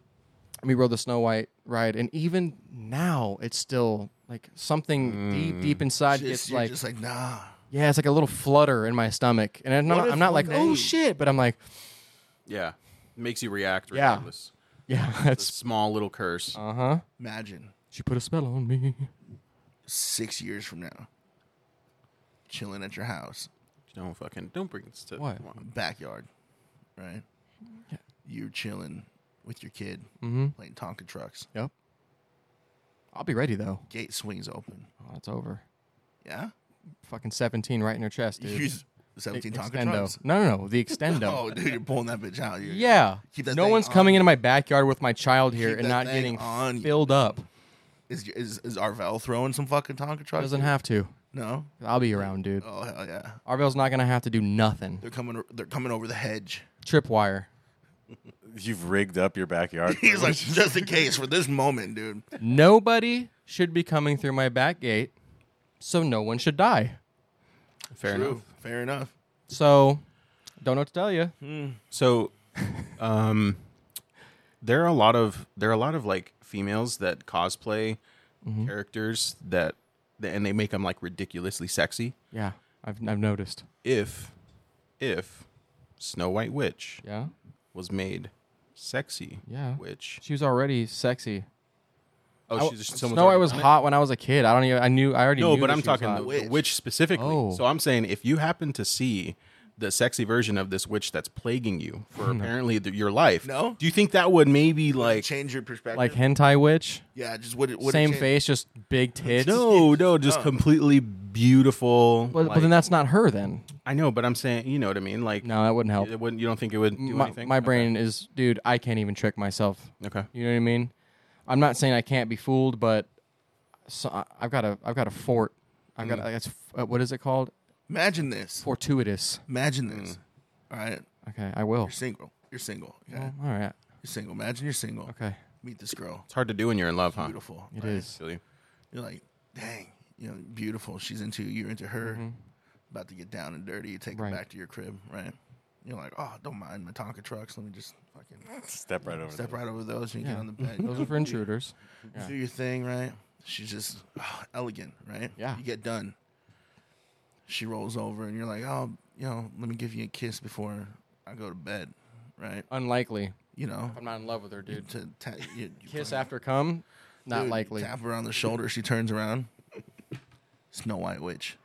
A: We rode the Snow White ride, and even now, it's still like something deep, deep inside
C: Mm.
A: gets
C: Just, you're
A: like,
C: just like, nah.
A: yeah, it's like a little flutter in my stomach, and I'm
C: What
A: not,
C: if
A: I'm not like,
C: one
A: oh
C: day-
A: shit, but I'm like,
F: yeah. Makes you react
A: Yeah.
F: regardless.
A: yeah,
F: It's
A: that's
F: a small little curse.
A: uh huh.
C: Imagine
A: She put a spell on me.
C: six years from now, chilling at your house,
F: don't fucking don't bring this to
A: What?
F: come on.
C: backyard, right? You're chilling with your kid,
A: Mm-hmm.
C: playing Tonka trucks.
A: Yep. I'll be ready though.
C: Gate swings open.
A: Oh, it's over.
C: Yeah.
A: Fucking 17 right in her chest, dude. E-,
C: Use seventeen Tonka
A: Extendo.
C: trucks.
A: No, no, no. The extendo.
C: Oh, dude, you're pulling that bitch out. You're-
A: Yeah.
C: Keep that
A: no
C: thing
A: one's
C: on.
A: coming into my backyard with my child here
C: Keep
A: and
C: that
A: not
C: thing
A: getting
C: on.
A: filled up.
C: Is is is Arvell throwing some fucking Tonka trucks?
A: Doesn't have to.
C: No.
A: I'll be around, dude.
C: Oh hell yeah.
A: Arvel's not gonna have to do nothing.
C: They're coming. They're coming over the hedge.
A: Tripwire.
B: You've rigged up your backyard.
C: He's like, just in case for this moment, dude.
A: Nobody should be coming through my back gate, so no one should die.
F: Fair enough.
C: Fair enough.
A: So, don't know what to tell you.
C: Hmm.
F: So, um, there are a lot of there are a lot of like females that cosplay
A: Mm-hmm.
F: characters that and they make them like ridiculously sexy.
A: Yeah, I've I've noticed.
F: If if Snow White Witch
A: Yeah,
F: was made sexy,
A: Yeah.
F: witch.
A: she was already sexy.
F: Oh, she's just someone's
A: Snow White
F: already
A: was
F: done it?
A: hot when I was a kid. I don't even. I knew. I already
F: No,
A: knew
F: but
A: that
F: I'm
A: she was
F: talking
A: hot.
F: the
C: witch.
F: witch, specifically.
A: Oh.
F: So I'm saying if you happen to see the sexy version of this witch that's plaguing you for apparently th- your life,
C: No?
F: do you think that would maybe like
C: Change your perspective.
A: like hentai witch.
C: yeah, just would it? Would it
A: Same
C: change-
A: face, just big tits.
F: no, no,
C: Oh.
F: just completely beautiful.
A: but,
F: like-
A: but then that's not her. Then
F: I know, but I'm saying you know what I mean. Like
A: no, that wouldn't help.
F: it wouldn't. You don't think it would do
A: my,
F: anything?
A: my
F: Okay.
A: brain is, dude, I can't even trick myself.
F: Okay.
A: You know what I mean? I'm not saying I can't be fooled, but so, I- I've got a, I've got a fort. I've
F: Mm.
A: got, a- that's, uh, what is it called?
C: Imagine this.
A: Fortuitous.
C: Imagine this.
A: Mm.
C: All right, you're
A: Okay, I will.
C: single. You're single. Okay?
A: All right.
C: You're single. Imagine you're single.
A: Okay.
C: Meet this girl.
F: It's hard to do when you're in love, huh?
C: Beautiful.
A: It
C: right?
A: is.
F: Silly.
C: You're like, dang. You know, beautiful. She's into you. You're into her. About to get down and dirty. You take
A: Mm-hmm. Right.
C: her back to your crib. Right. You're like, oh, don't mind my Tonka trucks. Let me just fucking
B: Step right over.
C: step
B: there.
C: right over those and you
A: Yeah.
C: get on the bed.
A: Those are for intruders.
C: You do your thing, right? She's just ah, elegant, right?
A: Yeah.
C: You get done. She rolls over, and you're like, oh, you know, let me give you a kiss before I go to bed, right?
A: Unlikely.
C: You know,
A: I'm not in love with her, dude.
C: to ta- you, you
A: Kiss
C: fucking-
A: after come, not
C: dude,
A: likely.
C: Tap her on the shoulder. She turns around. Snow White Witch.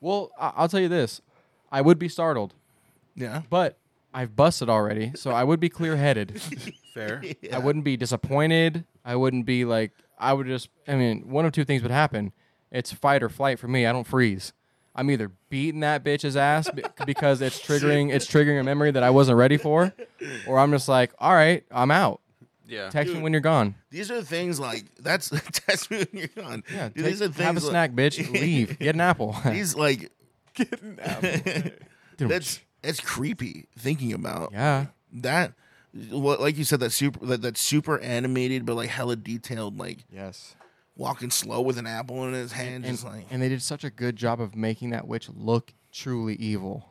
A: Well, I- I'll tell you this. I would be startled,
C: Yeah.
A: but I've busted already, so I would be clear headed.
F: Fair.
A: I wouldn't be disappointed. I wouldn't be like I would just I mean, one of two things would happen. It's fight or flight for me. I don't freeze. I'm either beating that bitch's ass be- because it's triggering it's triggering a memory that I wasn't ready for or I'm just like, "All right, I'm out.
F: yeah.
A: Text me when you're gone.
C: These are things like that's that's when you're gone.
A: Yeah,
C: Dude,
A: take-
C: these are things
A: have a
C: like-
A: snack, bitch. Leave. Get an apple."
C: These like that's that's creepy thinking about.
A: yeah.
C: that what like you said that super that, that super animated but like hella detailed like
A: Yes.
C: walking slow with an apple in his hand
A: And,
C: just like
A: and they did such a good job of making that witch look truly evil.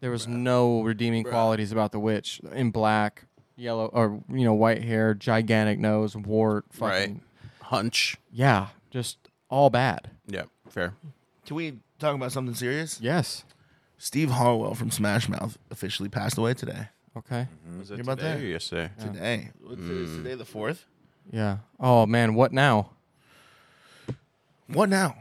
A: There was no redeeming qualities about the witch in black, yellow, or you know, white hair, gigantic nose, wart, fucking
F: Right. Hunch.
A: yeah, just all bad.
F: Yeah. Fair.
C: can we talk about something serious
A: Yes.
C: steve harwell from smash mouth officially passed away today
A: Okay.
F: Was it
C: Hear about
F: today
C: that?
F: or yesterday?
C: today What's it-
A: Mm.
C: is today the fourth
A: Yeah. Oh man, what now?
C: what now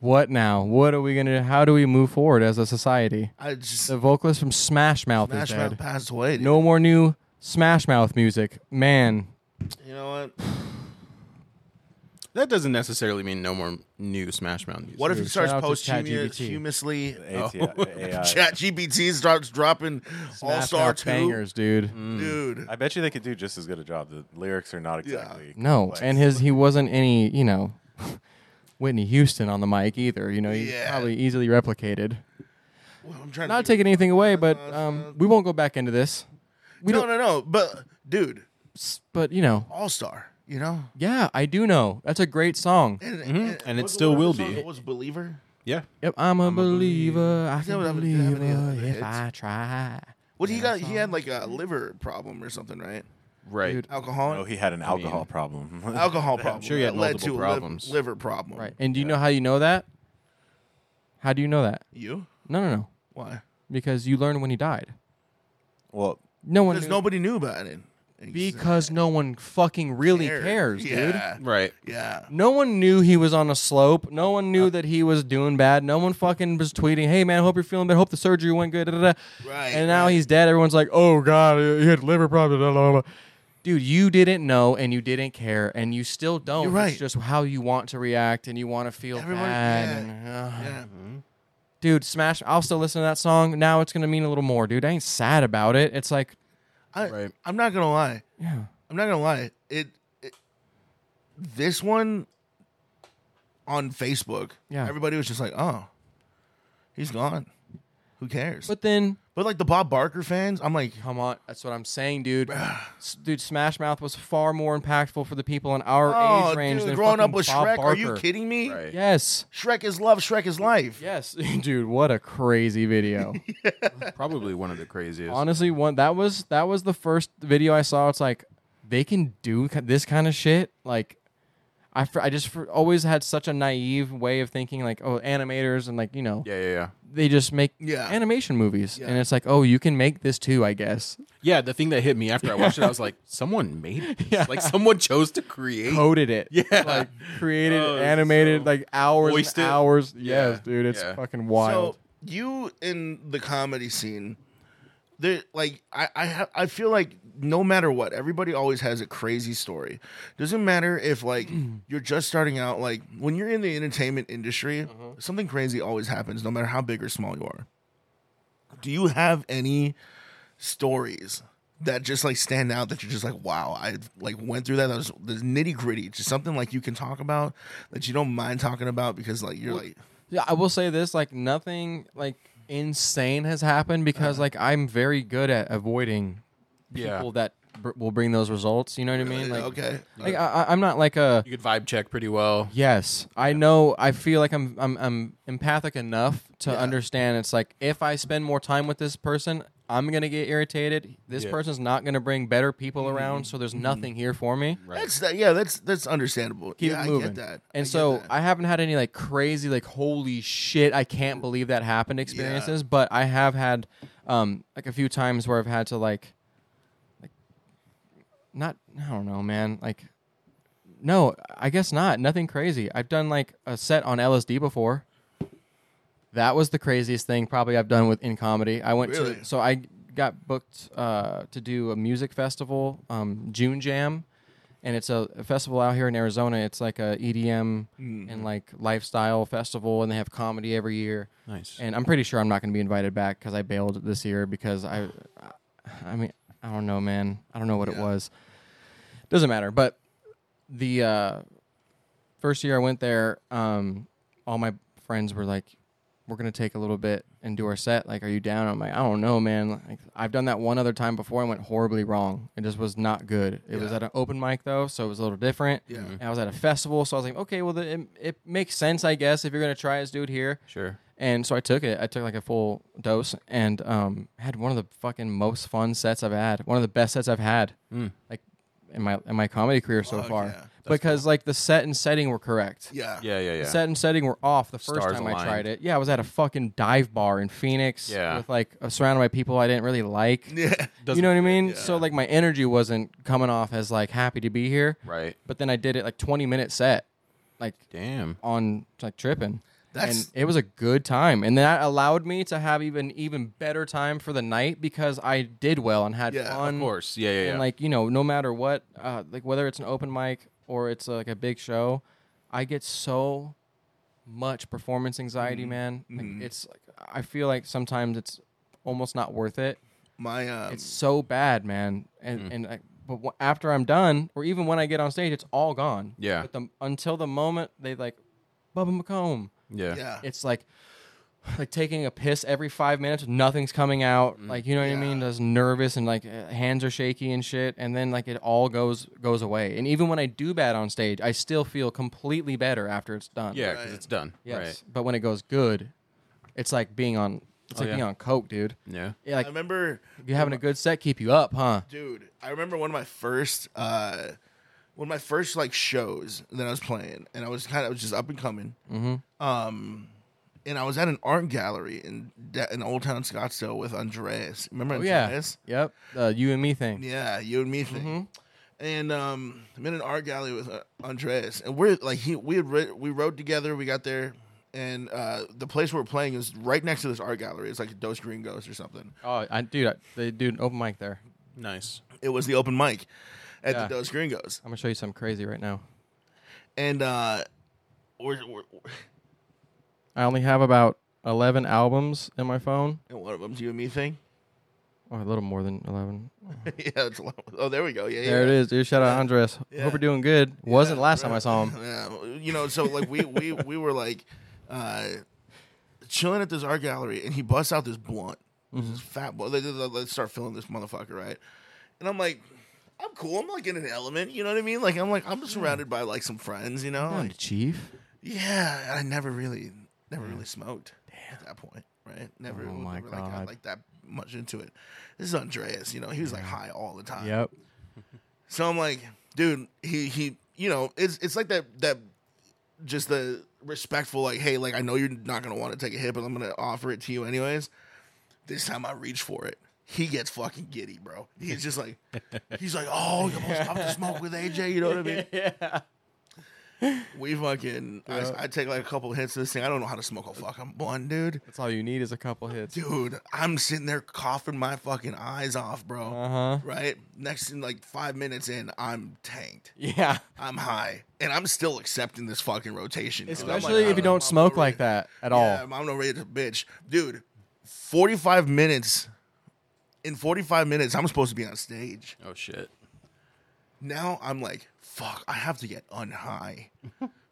A: What now? What are we gonna? How do we move forward as a society?
C: i just
A: The vocalist from Smash Mouth
C: smash
A: is dead.
C: mouth passed away dude.
A: No more new Smash Mouth music, man.
C: You know what?
F: That doesn't necessarily mean no more new Smash Mouth music.
C: What if
A: Dude,
C: he starts
A: shout out to
C: posthumously?
B: ATI, AI.
C: Oh. Chat GPT starts dropping All
A: Smash
C: Star
A: Mouth
C: Two, Mm.
A: bangers, dude.
C: dude.
B: I bet you they could do just as good a job. The lyrics are not
C: Yeah.
B: exactly.
A: No,
B: complex.
A: and his he wasn't any you know Whitney Houston on the mic either. You know, he's
C: Yeah.
A: probably easily replicated.
C: Well, I'm trying
A: Not
C: to
A: taking anything away, but um, we won't go back into this. We
C: no,
A: don't,
C: no, no. But dude,
A: s- but you know,
C: All Star. You know,
A: yeah, I do know. That's a great song.
C: and,
F: And it
C: what's the
F: still
C: word of
F: will
C: the song?
F: be.
C: What was Believer?
F: Yeah.
A: Yep, I'm a believer. I
C: that
A: can
C: what I'm-
A: believe
C: that would be a-
A: it if
C: it's-
A: I try.
C: What he got? He had like a liver problem or something, right?
F: Right.
A: Dude.
C: Alcohol.
B: Oh, he had an alcohol problem.
C: Alcohol problem.
F: sure he had
C: that led
F: multiple
C: to a liv-
F: problems.
C: liver problem.
A: Right. And do you know how you know that? How do you know that?
C: You?
A: No, no, no.
C: Why?
A: Because you learned when he died.
B: well,
A: No one.
C: Because
A: knew-
C: nobody knew about it.
A: because no one fucking really cares, dude.
C: yeah.
F: Right.
C: Yeah.
A: No one knew he was on a slope. No one knew that he was doing bad. No one fucking was tweeting, "Hey man, hope you're feeling better. Hope the surgery went good." Da, da, da.
C: Right,
A: And now
C: right.
A: he's dead. Everyone's like, "Oh god, he had liver problems." da, da, da, da." Dude, you didn't know and you didn't care and you still don't.
C: You're right.
A: It's just how you want to react and you want to feel
C: Everyone-
A: bad.
C: yeah.
A: and, ugh.
C: Yeah.
A: Dude, smash. I'll still listen to that song. Now it's going to mean a little more, dude. I ain't sad about it. It's like,
C: I,
F: Right.
C: I'm not gonna lie.
A: yeah.
C: I'm not gonna lie. It, it this one on Facebook.
A: Yeah.
C: Everybody was just like, "Oh, he's gone. Who cares?" But,
A: But then
C: like the Bob Barker fans, I'm like,
A: Come on, that's what I'm saying, dude. S- dude, Smash Mouth was far more impactful for the people in our
C: "Oh,
A: age range
C: dude,
A: than
C: growing up
A: fucking
C: with
A: Bob
C: Shrek? Are
A: Barker.
C: you kidding me?
F: Right.
A: Yes,
C: Shrek is love. Shrek is life."
A: yes, dude. What a crazy video.
F: Probably one of the craziest.
A: Honestly, one that was that was the first video I saw. It's like they can do ki- this kind of shit. Like, I fr- I just fr- always had such a naive way of thinking, like, oh, animators and like you know
F: yeah, yeah, yeah.
A: they just make
C: Yeah.
A: animation movies, and it's like, oh, you can make this too, I guess.
F: Yeah, the thing that hit me after I watched it, I was like, someone made it. Like someone chose to create.
A: coded it. Yeah. Like created,
F: Oh,
A: animated, like hours
F: Voiced it.
A: and hours.
F: Yeah.
A: Yes, dude. It's
F: Yeah.
A: fucking wild.
C: So you in the comedy scene, there like I I, ha- I feel like no matter what, everybody always has a crazy story. Doesn't matter if like you're just starting out. Like when you're in the entertainment industry,
A: Uh-huh.
C: something crazy always happens, no matter how big or small you are. Do you have any stories? That just like stand out that you're just like wow I like went through that that was the nitty gritty just something like you can talk about that you don't mind talking about because like you're like
A: yeah, I will say this, like nothing like insane has happened because like I'm very good at avoiding
F: Yeah.
A: people that br- will bring those results. You know what I mean? Like,
C: uh, okay
A: like I, I- I'm not like a
F: You could vibe check pretty well.
A: Yes, I know. I feel like I'm I'm, I'm empathic enough to understand. It's like if I spend more time with this person, I'm gonna get irritated. This
F: Yeah. Mm-hmm.
A: person's not gonna bring better people around, so there's nothing here for me.
C: That's that. Yeah, that's that's understandable.
A: Keep
C: yeah,
A: it moving.
C: I get that.
A: And
C: I get
A: so
C: that.
A: I haven't had any like crazy, like holy shit, I can't believe that happened experiences. But I have had um like a few times where I've had to like, like, not I don't know, man, like. No, I guess not. Nothing crazy. I've done like a set on LSD before. That was the craziest thing probably I've done with in comedy. I went
C: Really?
A: to so I got booked uh, to do a music festival, um, June Jam, and it's a, a festival out here in Arizona. It's like a EDM and like lifestyle festival, and they have comedy every year.
F: Nice.
A: And I'm pretty sure I'm not going to be invited back because I bailed this year because I, I mean, I don't know, man. I don't know what it was. Doesn't matter. But the uh, first year I went there, um, all my friends were like, "We're gonna take a little bit and do our set. Like, are you down?" I'm like, "I don't know, man. Like, I've done that one other time before. and went horribly wrong. It just was not good. It was at an open mic though, so it was a little different. Yeah. And I was at a festival, so I was like, okay, well, the, it, it makes sense, I guess. If you're gonna try, let's do it here.
F: Sure.
A: And so I took it. I took like a full dose and um, had one of the fucking most fun sets I've had. One of the best sets I've had,
F: Hmm.
A: like in my in my comedy career so far.
C: yeah. That's
A: Because like the set and setting were correct.
C: yeah,
F: Yeah, yeah, yeah.
A: The set and setting were off the first
F: Stars
A: time I
F: aligned.
A: tried it. Yeah, I was at a fucking dive bar in Phoenix.
F: Yeah.
A: with like uh, surrounded by people I didn't really like.
C: yeah,
A: you know what I mean? So like my energy wasn't coming off as like happy to be here.
F: Right.
A: But then I did it like 20 minute set, like
F: Damn.
A: on like tripping.
C: That's-
A: and it was a good time, and that allowed me to have even even better time for the night because I did well and had
C: Yeah, of
A: fun.
F: Of course, yeah, yeah, yeah.
A: And like you know, no matter what, uh, like whether it's an open mic or it's uh, like a big show, I get so much performance
C: Mm-hmm.
A: anxiety, man. Like, It's like I feel like sometimes it's almost not worth it.
C: My um,
A: It's so bad, man. And
F: mm.
A: and I, but wh- after I'm done, or even when I get on stage, it's all gone.
F: Yeah.
A: But the, until the moment they like, Bubba McComb,
F: yeah,
C: yeah,
A: it's like. Like taking a piss every five minutes, nothing's coming out.
F: Mm.
A: Like you know what I mean? Just nervous and like uh, hands are shaky and shit. And then like it all goes goes away. And even when I do bad on stage, I still feel completely better after it's done.
F: yeah, because it's done.
A: Yes.
F: Right.
A: But when it goes good, it's like being on it's like
F: Oh, yeah.
A: being on coke, dude.
F: Yeah.
A: Yeah, like
C: I remember
A: you having a good set keep you up, huh?
C: dude i remember one of my first uh one of my first like shows that i was playing and i was kind of just up and coming mm-hmm. um and i was at an art gallery in Da- in old town scottsdale with andreas remember
A: Oh yeah.
C: andreas
A: Yep. The you and me thing.
C: yeah you and me thing
A: Mm-hmm.
C: and um i'm in an art gallery with uh, andreas and we're like he we had ri- we rode together we got there and uh, the place we were playing is right next to this art gallery. It's like a Dos Gringos or something.
A: Oh, I dude, I, they do an open mic there.
F: Nice.
C: It was the open mic at
A: Yeah.
C: the Dos Gringos.
A: I'm gonna show you something crazy right now.
C: and uh we're, we're,
A: I only have about eleven albums in my phone,
C: and one of them's you and me thing.
A: or a little more than eleven.
C: yeah, it's a lot. Oh, there we go. Yeah,
A: There it
C: yeah.
A: is, dude. Shout out Andres. Hope you're doing good. Wasn't last time I saw him.
C: Yeah, you know, so like we we we were like uh chilling at this art gallery, and he busts out this blunt,
A: Mm-hmm.
C: this fat blunt. Let- let- Let's start filling this motherfucker, right? And I'm like. I'm cool. I'm like in an element, you know what I mean? Like I'm like I'm surrounded by like some friends, you know. Like,
A: Chief.
C: yeah, and I never really, never really smoked at that point, right? Never,
A: Oh my
C: never like, got
A: God.
C: like that much into it. This is Andreas, you know, he was like high all the time.
A: Yep.
C: So I'm like, dude, he he, you know, it's it's like that that just the respectful, like, hey, like I know you're not gonna want to take a hit, but I'm gonna offer it to you anyways. This time I reach for it. He gets fucking giddy, bro. He's just like, he's like, oh, you almost stopped to smoke with AJ. You know what I mean? Yeah. We fucking, I, I take like a couple hits of this thing. I don't know how to smoke a fucking blunt, dude.
A: That's all you need is a couple hits.
C: Dude, I'm sitting there coughing my fucking eyes off, bro.
A: Uh huh.
C: Right? Next in like five minutes in, I'm tanked.
A: Yeah.
C: I'm high, and I'm still accepting this fucking rotation. dude. I'm like,
A: Especially if you
C: I'm- I'm
A: don't smoke
C: already-
A: like that at
C: Yeah,
A: all.
C: I'm no ready to bitch, dude. Forty five minutes. In forty five minutes, I'm supposed to be on stage.
F: Oh shit.
C: Now I'm like, fuck, I have to get unhigh,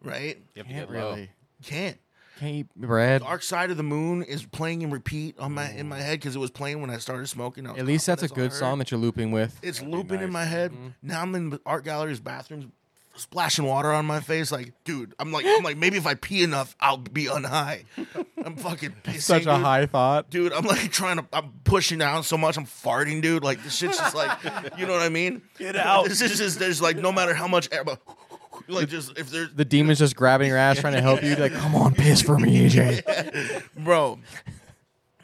C: right?
F: You have to
A: Can't
F: get low.
A: really.
C: Can't.
A: Can't eat bread.
C: Dark Side of the Moon is playing in repeat on my in my head because it was playing when I started smoking. I was
A: At least
C: coughing,
A: that's a
C: all I
A: good
C: heard.
A: song that you're looping with.
C: It's looping in
B: nice.
C: my head.
A: Mm-hmm.
C: Now I'm in the art gallery's bathrooms, splashing water on my face. Like, dude, I'm like, I'm like, maybe if I pee enough, I'll be unhigh. I'm fucking pissing.
A: Such a
C: dude.
A: high thought.
C: Dude, I'm like trying to, I'm pushing down so much, I'm farting, dude. Like, this shit's just like, you know what I mean? Get out. This is just, there's like, no matter how much, air- but- like, just, if there's,
A: The demon's just grabbing your ass, trying to help you. Like, come on, piss for me, AJ.
C: bro.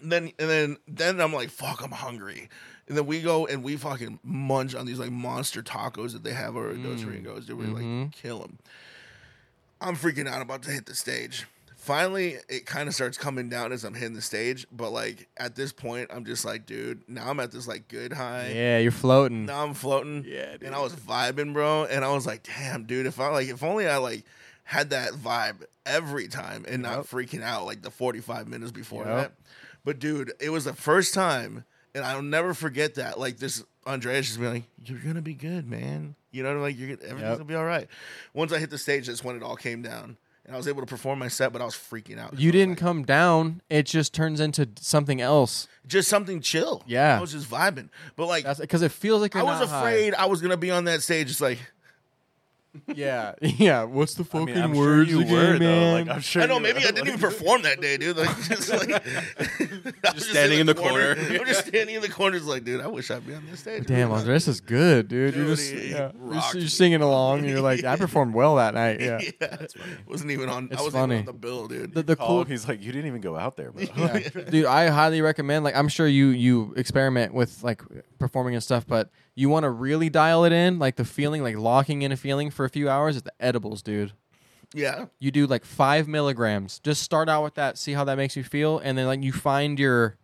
C: And Then and then then I'm like, fuck, I'm hungry. And then we go and we fucking munch on these like monster tacos that they have over at Dos Gringos. Dude, we like kill them. I'm freaking out, about to hit the stage. Finally, it kind of starts coming down as I'm hitting the stage, but like at this point, I'm just like, dude, now I'm at this like good high.
A: Yeah, you're floating.
C: Now I'm floating.
A: Yeah, dude.
C: And I was vibing, bro. And I was like, damn, dude, if I like if only I like had that vibe every time and not freaking out like the 45 minutes before
A: Yep.
C: that. But dude, it was the first time, and I'll never forget that. Like this Andreas just being like, You're gonna be good, man. You know, like you're gonna, everything's
A: Yep.
C: gonna be all right. Once I hit the stage, that's when it all came down. And I was able to perform my set, but I was freaking out.
A: You didn't come down. It just turns into something else.
C: just something chill.
A: Yeah.
C: I was just vibing. But like
A: That's because it feels like
C: I
A: you're
C: was
A: not high.
C: afraid I was gonna be on that stage just like
A: Yeah, yeah. What's the
B: I
A: fucking
B: mean, I'm sure
A: words
B: you
A: again,
B: were though.
A: man?
B: Like, I'm sure.
C: I know.
B: you
C: Maybe
B: were.
C: I didn't even perform that day, dude. Like, just like just,
F: standing in the corner.
C: I'm just standing in the corner, just like, dude, I wish I'd be on this stage.
A: Damn,
C: right now.
A: Andres is good, dude. you're
C: Dude,
A: just
C: he
A: yeah. you're,
C: rocked
A: s- you're
C: it.
A: singing along. And you're like, I performed well that night. Yeah.
C: Yeah, wasn't even on.
A: It's
C: I wasn't
A: funny.
C: even on the bill, dude.
A: The, the
B: Call,
A: cool,
B: he's like, you didn't even go out there, bro.
A: dude. I highly recommend. Like, I'm sure you you experiment with like performing and stuff, but you want to really dial it in, like the feeling, like locking in a feeling for a few hours. Is the edibles, dude.
C: Yeah.
A: you do like five milligrams. Just start out with that, see how that makes you feel, and then like you find your,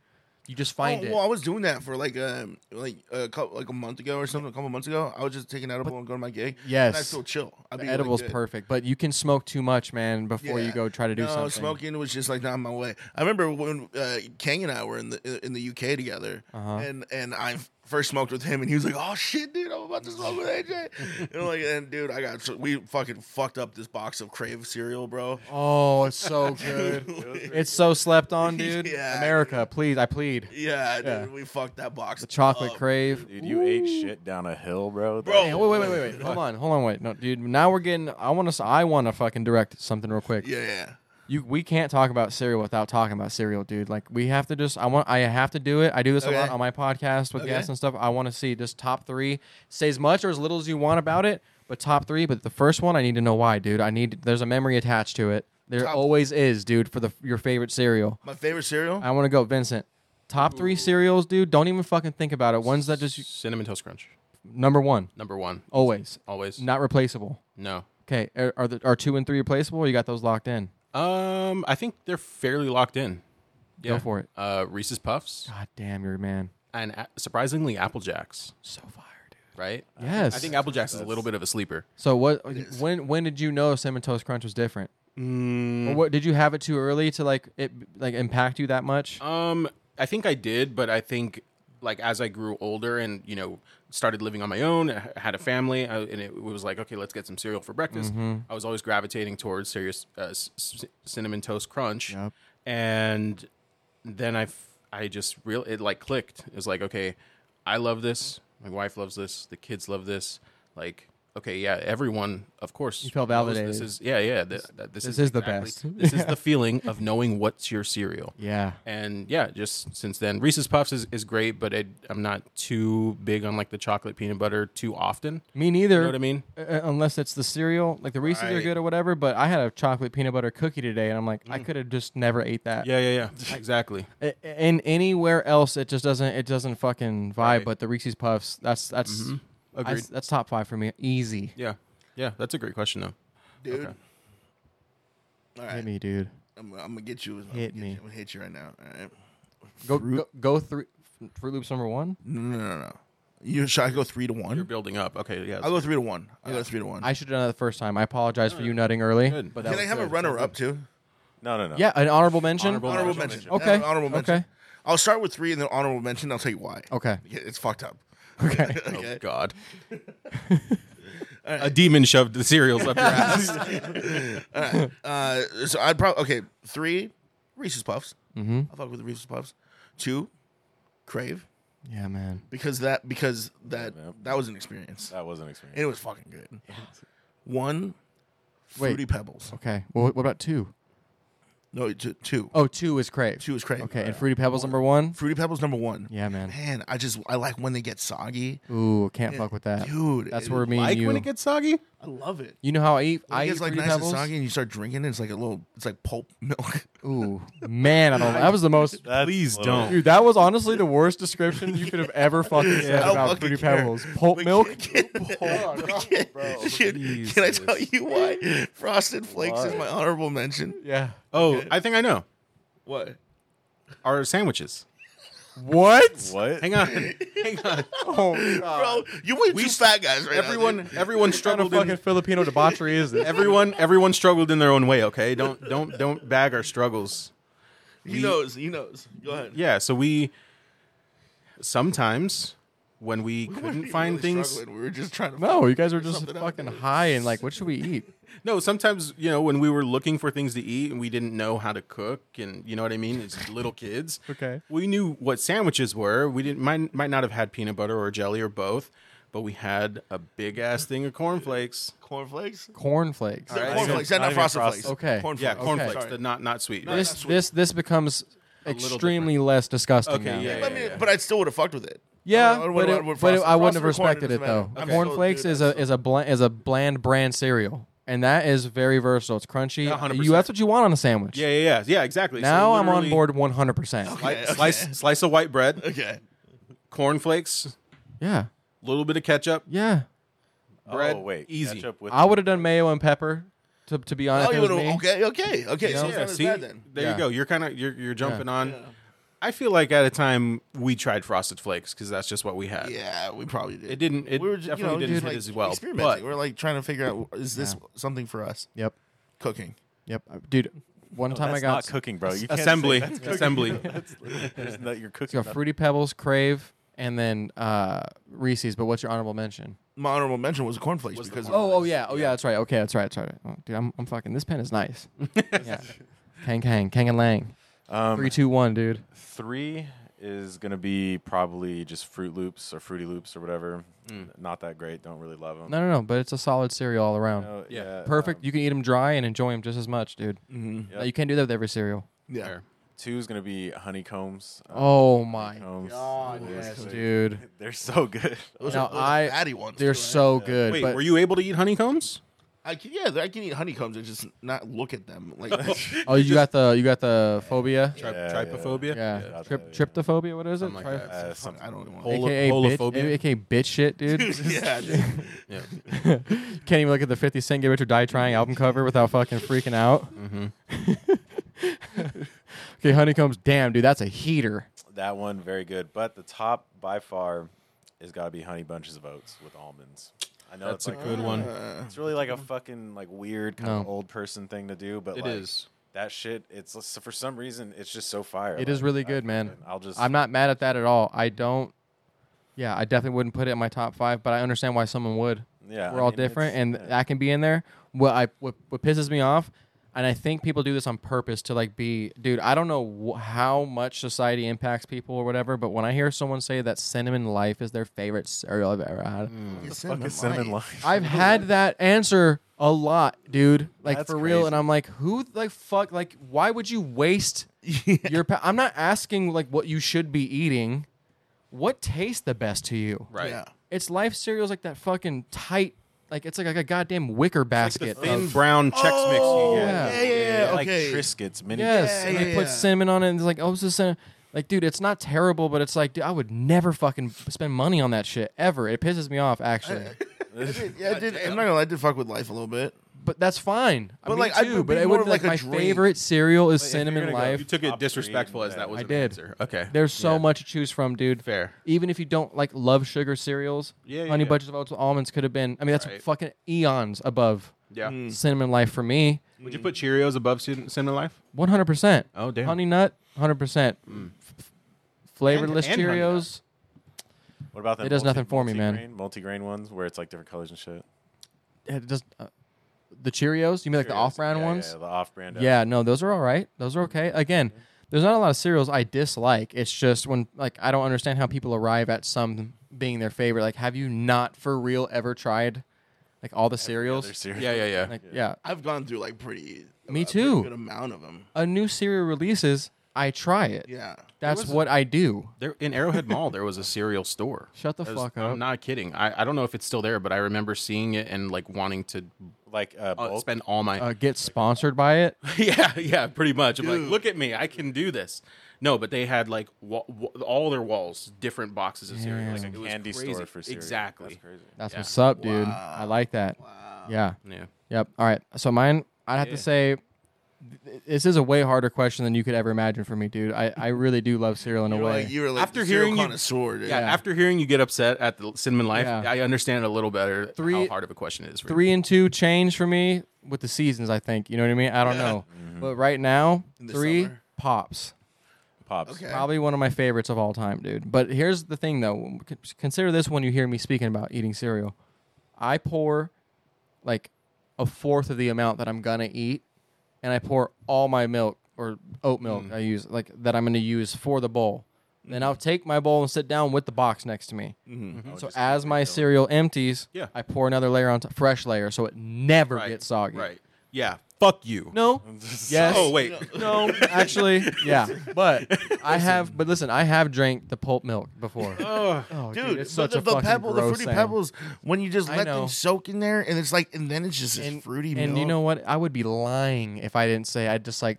A: you just find
C: oh,
A: it.
C: Well, I was doing that for like um like a couple like a month ago or something, a couple months ago. I was just taking edible and going to my gig. and I
A: Yes.
C: still chill. I'd
A: the
C: be
A: edible's
C: like good.
A: perfect, but you can smoke too much, man, before you
C: Yeah.
A: go try to do
C: no,
A: something.
C: smoking was just like not my way. I remember when uh, Kang and I were in the in the UK together,
A: Uh-huh.
C: and and I first smoked with him, and he was like, "Oh shit, dude, I'm about to smoke with AJ." and I'm like, and dude, I got so, we fucking fucked up this box of Crave cereal, bro.
A: Oh, it's so good. it's so slept on, dude.
C: Yeah.
A: America, please, I plead.
C: Yeah, dude,
A: Yeah.
C: we fucked that box.
A: The chocolate
C: up.
A: crave.
B: Dude, you ate shit down a hill, bro.
C: Bro.
B: That-
A: Hey, wait, wait, wait, wait, wait. Hold on, hold on, wait. No, dude. Now we're getting. I want to. I want to fucking direct something real quick.
C: Yeah, yeah.
A: You, we can't talk about cereal without talking about cereal, dude. Like we have to just. I want. I have to do it. I do this
C: Okay.
A: a lot on my podcast with
C: Okay.
A: guests and stuff. I want to see just top three. Say as much or as little as you want about it, but top three. But the first one, I need to know why, dude. I need. There's a memory attached to it. There
C: Top-
A: always is, dude. For the your favorite cereal.
C: My favorite cereal.
A: I want to go, Vincent. Top three cereals, dude. Don't even fucking think about it. Ones that just
F: Cinnamon Toast Crunch.
A: number one,
F: Number one.
A: always,
F: Always.
A: not replaceable.
F: No.
A: Okay, are are, the, are two and three replaceable? Or you got those locked in?
F: Um, I think they're fairly locked in.
A: Go for it.
F: Uh, Reese's Puffs
A: God damn, you're a man.
F: and a- surprisingly Apple Jacks.
A: So fire, dude.
F: Right.
A: Yes.
F: I think Apple Jacks is a little bit of a sleeper.
A: So what? When when did you know cinnamon toast crunch was different?
F: Mm.
A: Or what did you have it too early to like it like impact you that much?
F: Um, I think I did, but I think like as I grew older and you know started living on my own, I h- had a family, I, and it was like, okay, let's get some cereal for breakfast.
A: Mm-hmm.
F: I was always gravitating towards serious uh, s- s- cinnamon toast crunch, and then I f- I just real it like clicked. It was like, okay, I love this. My wife loves this. The kids love this. Like. Okay, yeah, everyone, of course.
A: You felt
F: knows This
A: validated.
F: is, yeah, yeah. th- that- this,
A: This
F: is,
A: is the
F: exactly-
A: best.
F: This is the feeling of knowing what's your cereal
A: yeah.
F: and yeah, just since then, Reese's Puffs is, is great, but it, I'm not too big on like the chocolate peanut butter too often.
A: Me neither.
F: You know what I mean?
A: Uh, uh, Unless it's the cereal, like the Reese's are
C: Right.
A: good or whatever. But I had a chocolate peanut butter cookie today, and I'm like, I could have just never ate that.
F: Mm. Yeah, yeah, yeah. exactly.
A: I- in anywhere else it just doesn't it doesn't fucking vibe
F: Right. Mm-hmm.
A: but the Reese's puffs that's that's I-
F: Agreed.
A: that's top 5 for me easy
F: Yeah, yeah. That's a great question though.
C: dude.
F: Okay.
C: All
A: hit
C: right,
A: me dude
C: I'm, I'm gonna get you. I'm gonna
A: Hit
C: get you.
A: me.
C: I'm gonna hit you right now. All right.
A: go go, go through Fruit Loops number 1
C: No, no, no, no. You should I go three to one?
F: You're building up. Okay, yeah.
C: I'll go three to one. I'll go three to one.
A: I should have done that the first time I apologize for you nutting early
F: Good.
A: but that
C: Can I
A: was
C: have a
A: good.
C: runner up too?
B: No, no, no.
A: yeah an honorable mention
F: Honorable
C: Honorable
F: mention.
C: mention.
A: Okay.
C: Uh, Honorable mention.
A: Okay.
C: I'll start with three and then honorable mention. I'll tell you why.
A: okay
C: Yeah, It's fucked up.
A: okay
F: Oh God. Oh, A demon shoved the cereals up your ass.
C: Uh, so I'd probably okay. Three, Reese's Puffs. Mm-hmm. I fuck with the Reese's Puffs. Two, Crave
A: yeah man
C: because that because that
B: Yep.
C: that was an experience.
B: That was an
C: And it
B: experience.
C: was fucking good. One,
A: Wait.
C: Fruity Pebbles.
A: okay well what about 2
C: No, two. two.
A: oh 2 is crave
C: Two is Crave.
A: okay and Fruity Pebbles number 1
C: Fruity Pebbles number one.
A: Yeah, man.
C: Man, I just I like when they get soggy.
A: ooh can't fuck with that
C: Dude,
A: that's
C: it-
A: where me
F: like
A: and you
F: when it gets soggy.
C: I love it.
A: you know how I eat
C: When
A: I
C: it
A: eat
C: gets like
A: Fruity
C: nice
A: Pebbles
C: and soggy, and you start drinking. it, It's like a little. It's like pulp milk.
A: ooh man I don't that was the most
B: That's
F: Please
B: a little-
F: don't.
A: Dude, that was honestly the worst description you could have ever fucking said
C: I don't
A: about
C: fucking
A: Fruity
C: care.
A: Pebbles. Pulp milk?
C: Can, can- can I tell you why Frosted Flakes is my honorable mention?
A: Yeah.
F: Oh, I think I know.
C: What?
F: Our sandwiches.
A: What?
B: What?
F: Hang on, hang on.
A: Oh, God.
C: Bro, you went
F: Uh, we
C: two
F: s-
C: fat guys right now,
F: Everyone,
C: dude.
F: everyone
A: What kind of
F: struggled in
A: fucking Filipino debauchery is this?
F: everyone everyone struggled in their own way okay don't don't don't bag our struggles
C: he knows. He knows. Go ahead.
F: yeah so we sometimes when we couldn't find things
C: Struggling. We were just trying to.
A: no, you guys were just
C: Something out
A: fucking
C: there.
A: high and like, what should we eat?
F: no sometimes you know when we were looking for things to eat and we didn't know how to cook and you know what i mean it's little kids
A: Okay.
F: we knew what sandwiches were we didn't might, might not have had peanut butter or jelly or both but we had a big ass thing of cornflakes
C: cornflakes.
A: Cornflakes.
C: Corn
F: right.
C: cornflakes. That
B: Not
C: not
B: even
C: frosted
B: frosted.
C: flakes.
A: Okay.
F: yeah
C: Cornflakes.
F: cornflakes
C: Sorry.
F: the not not sweet right?
A: This this this becomes
F: little
A: extremely less disgusting.
F: Okay,
A: now.
F: yeah,
C: I
F: yeah.
C: mean, but I still would have fucked with it.
A: Yeah,
C: I
A: but,
C: would've went
A: it,
C: with
A: but it-
C: frosted-
A: I wouldn't have
C: frosted corn, it
A: respected it though.
C: doesn't matter. Okay.
A: Cornflakes
C: Dude,
A: is a is a bland is a bland brand cereal, and that is very versatile. It's crunchy.
F: Yeah, 100%.
A: You that's what you want on a sandwich.
F: yeah yeah yeah yeah exactly So
A: Now I'm on
F: literally,
A: board 100. percent
F: like,
C: Okay, okay.
F: slice slice of white bread
C: Okay.
F: cornflakes
A: Yeah,
F: little bit of ketchup,
A: yeah.
F: bread,
B: Oh, wait.
F: easy.
B: Ketchup with
A: I would have done mayo and pepper To, to be honest,
C: Oh, you
A: it was
C: would
A: me.
C: okay, okay, okay. So it's
F: Yeah,
C: not as
F: see,
C: bad then.
F: there
A: Yeah.
F: you go. You're kind of you're you're jumping on. I feel like at a time we tried Frosted Flakes because that's just what we had.
C: Yeah, we probably did.
F: It didn't. It definitely didn't
C: just,
F: hit as well.
C: experimenting.
F: But
C: we're like trying to figure out is this something for us?
A: Yep.
C: Cooking.
A: Yep. Dude, one time
B: that's
A: I got
B: not cooking, bro. You can't
F: assembly,
B: say that's cooking.
F: assembly.
B: There's no- you're
A: So
B: cooking.
A: you got Fruity Pebbles, Crave, and then uh, Reese's. But what's your honorable mention?
C: My honorable mention was cornflakes because
A: Oh, oh yeah, oh yeah, that's right. Okay, that's right, that's right. Oh, dude, I'm, I'm fucking. This pen is nice. yeah. Kang Kang, Kang and Lang.
B: Um,
A: Three, two, one, dude.
B: Three is gonna be probably just Fruit Loops or Fruity Loops or whatever. Not that great. Don't really love Oh, them.
A: No, no, no. But it's a solid cereal all around.
B: uh,
F: Yeah.
B: um,
A: Perfect. you can eat them dry and enjoy them just as much, dude. Mm-hmm.
B: Yep.
A: You can't do that with every cereal.
C: yeah.
F: Fair.
B: Two is gonna be honeycombs. Uh,
A: Oh my
B: honeycombs.
C: Oh,
A: goodness, dude.
B: They're so good.
C: Those
A: Now,
C: are, those are
A: I-
C: fatty ones.
A: They're
C: too,
A: so good.
F: Wait,
A: but
F: were you able to eat honeycombs?
C: I can, yeah, I can eat honeycombs and just not look at them. Like
A: oh, you got the you got the phobia.
F: Tri-
B: Yeah,
F: trypophobia.
A: Yeah,
B: yeah,
A: Trip,
B: yeah.
A: tryptophophia. What is it?
F: Something
A: Tri-
F: like that.
B: Uh, some-
C: I don't want.
F: Hol-
A: AKA bitch,
F: holophobia?
A: AKA bitch shit, dude.
C: yeah, dude.
F: Yeah.
A: Can't even look at the 50 Cent Get Rich or Die Trying album cover without fucking freaking out.
B: Mm-hmm.
A: okay, Honeycombs, damn, dude, that's a heater.
B: That one very good, but the top by far has got to be Honey Bunches of Oats with almonds. I know
F: That's
B: it's
F: a
B: like
F: good one.
C: Uh,
B: It's really like a fucking like weird kind of
A: No.
B: old person thing to do, but
F: It
B: like
F: is.
B: that shit. It's so for some reason it's just so fire.
A: It is
B: Like,
A: really
B: I
A: good, man.
B: fucking- I'll just.
A: I'm not mad at that at all. I don't, yeah, I definitely wouldn't put it in my top five, but I understand why someone would.
B: Yeah,
A: We're
B: I
A: all
B: mean,
A: different,
B: it's-
A: and
B: yeah.
A: that can be in there. What I what, what pisses me off, and I think people do this on purpose to like be, dude. I don't know wh- how much society impacts people or whatever, but when I hear someone say that cinnamon life is their favorite cereal I've ever had,
C: Fucking
B: fucking cinnamon
C: light.
B: life.
A: I've had that answer a lot, dude. Like
B: That's
A: for real,
B: crazy.
A: and I'm like, who the fuck? Like, why would you waste your? Pa- I'm not asking like what you should be eating. What tastes the best to you?
F: Right.
C: Yeah.
A: It's life cereals like that fucking tight, like it's like, a goddamn wicker basket.
F: The
C: Um,
F: thin
A: of-
F: brown Chex
C: Oh,
F: mix you
A: yeah.
F: get.
C: yeah, yeah, yeah,
B: like
C: okay.
B: Triscuits, mini.
A: yes, and
C: yeah,
A: they put
C: yeah.
A: cinnamon on it, and it's like, oh, this is cinnamon. Like, dude, it's not terrible, but it's like, dude, I would never fucking spend money on that shit ever. It pisses me off, actually.
C: Yeah, I did. I'm not gonna lie, I did fuck with life a little bit.
A: but that's fine.
C: But,
A: Me
C: like, I'd
A: too,
C: be
A: but it
C: more
A: would
C: of,
A: like,
C: like,
A: my
C: a drink.
A: favorite cereal is
B: But if you're
A: cinnamon
B: gonna go-
A: life.
F: You took it
B: Top three,
F: disrespectful as
B: yeah.
F: that was
A: I
F: an
A: did.
F: answer. Okay.
A: There's so
F: Yeah.
A: much to choose from, dude.
F: Fair.
A: Even if you don't like love sugar cereals,
F: Yeah, yeah,
A: honey
F: yeah.
A: bunches of oats with almonds could have been. I mean, that's
F: Right. Mm.
A: fucking eons above
F: Yeah.
C: Hmm.
A: cinnamon life for me.
F: Would you put Cheerios above Sin- Cinnamon Life?
A: One hundred percent.
F: Oh, damn.
A: Honey nut, hundred percent. Flavorless
F: And- and Honey Nut.
A: Cheerios.
B: What about that?
A: It does nothing for me, man.
B: Multi-grain ones where it's like different colors and shit.
A: It just, uh, the Cheerios. You mean like the
B: Cheerios.
A: off-brand
B: Yeah,
A: ones?
B: Yeah, the off-brand. uh,
A: Yeah, no, those are all right. Those are okay. Again, there's not a lot of cereals I dislike. It's just when like I don't understand how people arrive at some being their favorite. Like, have you not for real ever tried like all the cereals?
B: They're serious.
F: Yeah, yeah, yeah.
A: like, yeah.
C: I've gone through like pretty.
A: Me
C: a
A: too.
C: Pretty good amount of them.
A: a new cereal releases, I try it.
C: Yeah.
A: That's what I do.
F: There in Arrowhead Mall, there was a cereal store.
A: Shut the
F: I
A: fuck up.
F: I'm not kidding. I, I don't know if it's still there, but I remember seeing it and like wanting to
B: Like uh,
F: uh,
B: bulk.
F: spend all my.
A: Uh, get sponsored by it.
F: yeah, yeah, pretty much. I'm like, look at me, I can do this. No, but they had like wa- wa- all their walls, different boxes of cereal,
A: Like
B: a
F: It was
B: candy store
F: crazy.
B: for cereal.
F: Exactly.
B: That's crazy.
A: That's
F: Yeah.
A: what's up, dude. I like that. Yeah.
F: Yeah.
A: Yep. All right. So mine, I'd have to say, th- this is a way harder question than you could ever imagine for me, dude. I, I really do love cereal in a
C: You're
A: way.
C: like you were like
F: After
C: the cereal
F: hearing you-
C: connoisseur, dude.
F: Yeah, after hearing you get upset at the cinnamon life,
A: Yeah.
F: I understand a little better
A: Three-
F: how hard of a question it is. For you.
A: three and two change for me with the seasons. I think you know what I mean. I don't know, but right now
C: Mm-hmm. the
A: three
C: summer.
A: pops.
B: Pops.
C: Okay.
A: Probably one of my favorites of all time, dude. But here's the thing, though. Con- Consider this when you hear me speaking about eating cereal. I pour like a fourth of the amount that I'm gonna eat, and I pour all my milk or oat milk
F: Mm.
A: I use like that I'm gonna use for the bowl. Then I'll take my bowl and sit down with the box next to me.
F: Mm-hmm. Oh,
A: So as my cereal empties,
F: Yeah.
A: I pour another layer on top, fresh layer, so it never
F: right.
A: gets soggy.
F: Right. Yeah. Fuck you.
A: No. yes.
F: Oh wait.
A: No, actually, yeah. But I have, but listen, I have drank the pulp milk before. Oh,
C: Dude,
A: it's
C: but
A: such
C: the,
A: a
C: the
A: fucking
C: pebble, the
A: gross
C: fruity
A: thing.
C: pebbles, when you just
A: I
C: let
A: know.
C: them soak in there, and it's like, and then it's just this
A: And,
C: fruity
A: and
C: milk.
A: you know what? I would be lying if I didn't say I just like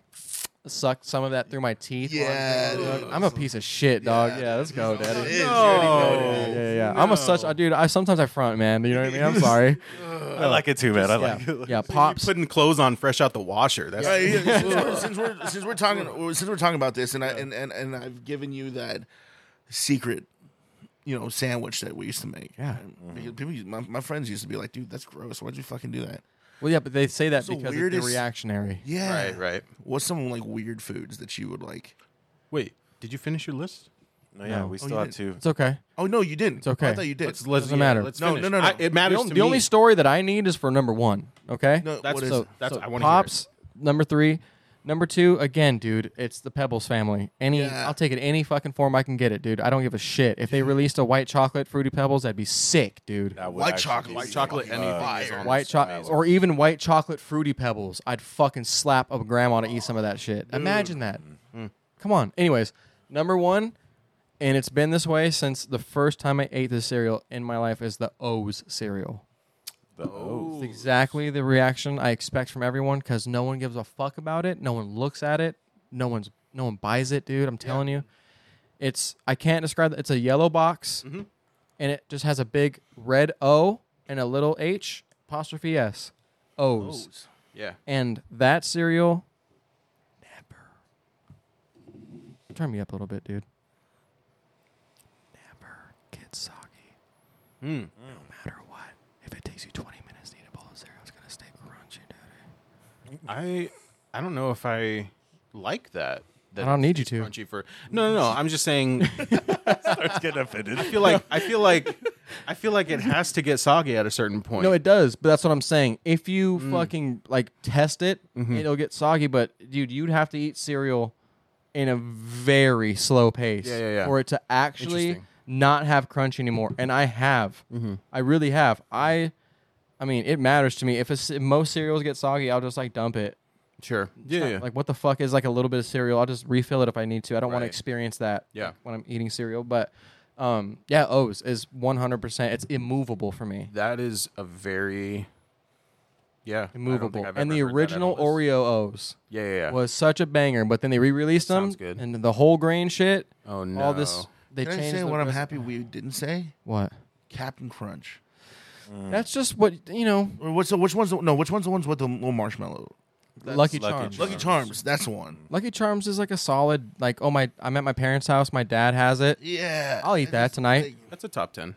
A: suck some of that through my teeth. while I'm
C: Yeah,
A: drinking it,
C: dude.
A: dog. I'm a piece of shit, dog.
C: Yeah,
A: Yeah, let's go, daddy.
C: It is, you
F: No.
C: already know it
A: Yeah,
C: is.
A: yeah, yeah. I'm a such, I, dude. I sometimes I front, man. You know what I mean? I'm sorry.
B: I like it too, man. I
A: yeah,
B: like it.
A: yeah.
F: You're
A: Pops.
F: putting clothes on fresh out the washer. That's
C: Right, yeah, since, we're, since we're since we're talking since we're talking about this, and I and, and, and I've given you that secret, you know, sandwich that we used to make. Yeah, people, used- my, my friends used to be like, "Dude, that's gross. Why'd you fucking do that?"
A: Well, yeah, but they say that
C: the
A: because
C: weirdest-
A: it's the reactionary.
C: Yeah,
F: right, right.
C: What's some like weird foods that you would like?
F: Wait, did you finish your list?
B: No, yeah,
A: No.
B: we
C: Oh,
B: still
C: you
B: have
C: did.
B: two.
A: It's okay.
C: Oh no, you didn't.
A: It's okay.
C: I thought you did.
F: Let's, let's,
A: Doesn't
F: yeah,
A: matter.
F: Let's
C: No,
F: finish.
C: no, no, no.
F: I- it matters
A: the on-
F: to
A: the
F: me.
A: only story that I need is for number one. Okay.
C: no,
F: that's
C: what is
F: so-
C: it?
F: That's- I wanna hear it.
A: pops number three. Number two, again, dude, it's the Pebbles family. Any,
C: Yeah.
A: I'll take it any fucking form I can get it, dude. I don't give a shit. If they released a white chocolate fruity Pebbles, that'd be sick, dude.
B: That would
C: White
B: actually
C: chocolate.
B: be
C: White
B: sick.
F: chocolate,
B: Uh,
F: anything is
C: fire.
F: on
A: white chocolate, or even white chocolate fruity Pebbles. I'd fucking slap a grandma to eat some of that shit. Imagine that.
F: Mm.
A: Mm. Come on. Anyways, number one, and it's been this way since the first time I ate this cereal in my life is the O's cereal.
B: the O's.
A: It's exactly the reaction I expect from everyone because no one gives a fuck about it. No one looks at it. No one's no one buys it, dude. I'm telling you, it's I can't describe. It. It's a yellow box, and it just has a big red O and a little H apostrophe S, O's,
F: Yeah.
A: and that cereal. Never. Turn me up a little bit, dude. Never get soggy
F: Hmm.
A: matter what, if it takes you 20 minutes to eat a bowl of cereal, it's going to stay crunchy, dude.
F: I I don't know if I like that.
A: I
F: that
A: don't need you
F: it's
A: to.
F: Crunchy for no, no, no. I'm just saying. I
B: Starts getting offended.
F: feel like I feel like I feel like it has to get soggy at a certain point.
A: No, it does, but that's what I'm saying. If you
F: Mm.
A: fucking like test it,
F: Mm-hmm.
A: it'll get soggy, but dude, you'd have to eat cereal in a very slow pace
F: Yeah, yeah, yeah.
A: for it to actually
F: Interesting. Mm-hmm.
A: not have crunch anymore. And I have. I really have. I I mean, it matters to me. If, a, ce- if most cereals get soggy, I'll just like dump it.
F: sure. Yeah, yeah.
A: Like what the fuck is like a little bit of cereal? I'll just refill it if I need to. I don't want to
F: Right.
A: experience that
F: Yeah.
A: like, when I'm eating cereal, but um yeah, O's is 100%. It's immovable for me.
F: that is a very yeah I don't
A: Immovable.
F: think I've
A: And
F: ever
A: the
F: heard that
A: original
F: on a list.
A: Oreo O's
F: Yeah, yeah, yeah.
A: was such a banger, but then they re-released them
F: Sounds good.
A: and the whole grain shit.
F: Oh,
A: All this
F: no.
A: they
C: Can I
A: changed
C: say
A: the
C: what I'm
A: recipe.
C: happy we didn't say?
A: What?
C: Captain Crunch.
F: Mm.
A: That's just what you know,
C: Or what's the, which one's the, no? Which one's the ones with the little marshmallow?
A: Lucky
B: Lucky
A: Charms.
C: Lucky Charms. That's the one.
A: Lucky Charms is like a solid like oh my I'm at my parents' house, my dad has it.
C: Yeah,
A: I'll eat that tonight.
F: That's a top ten.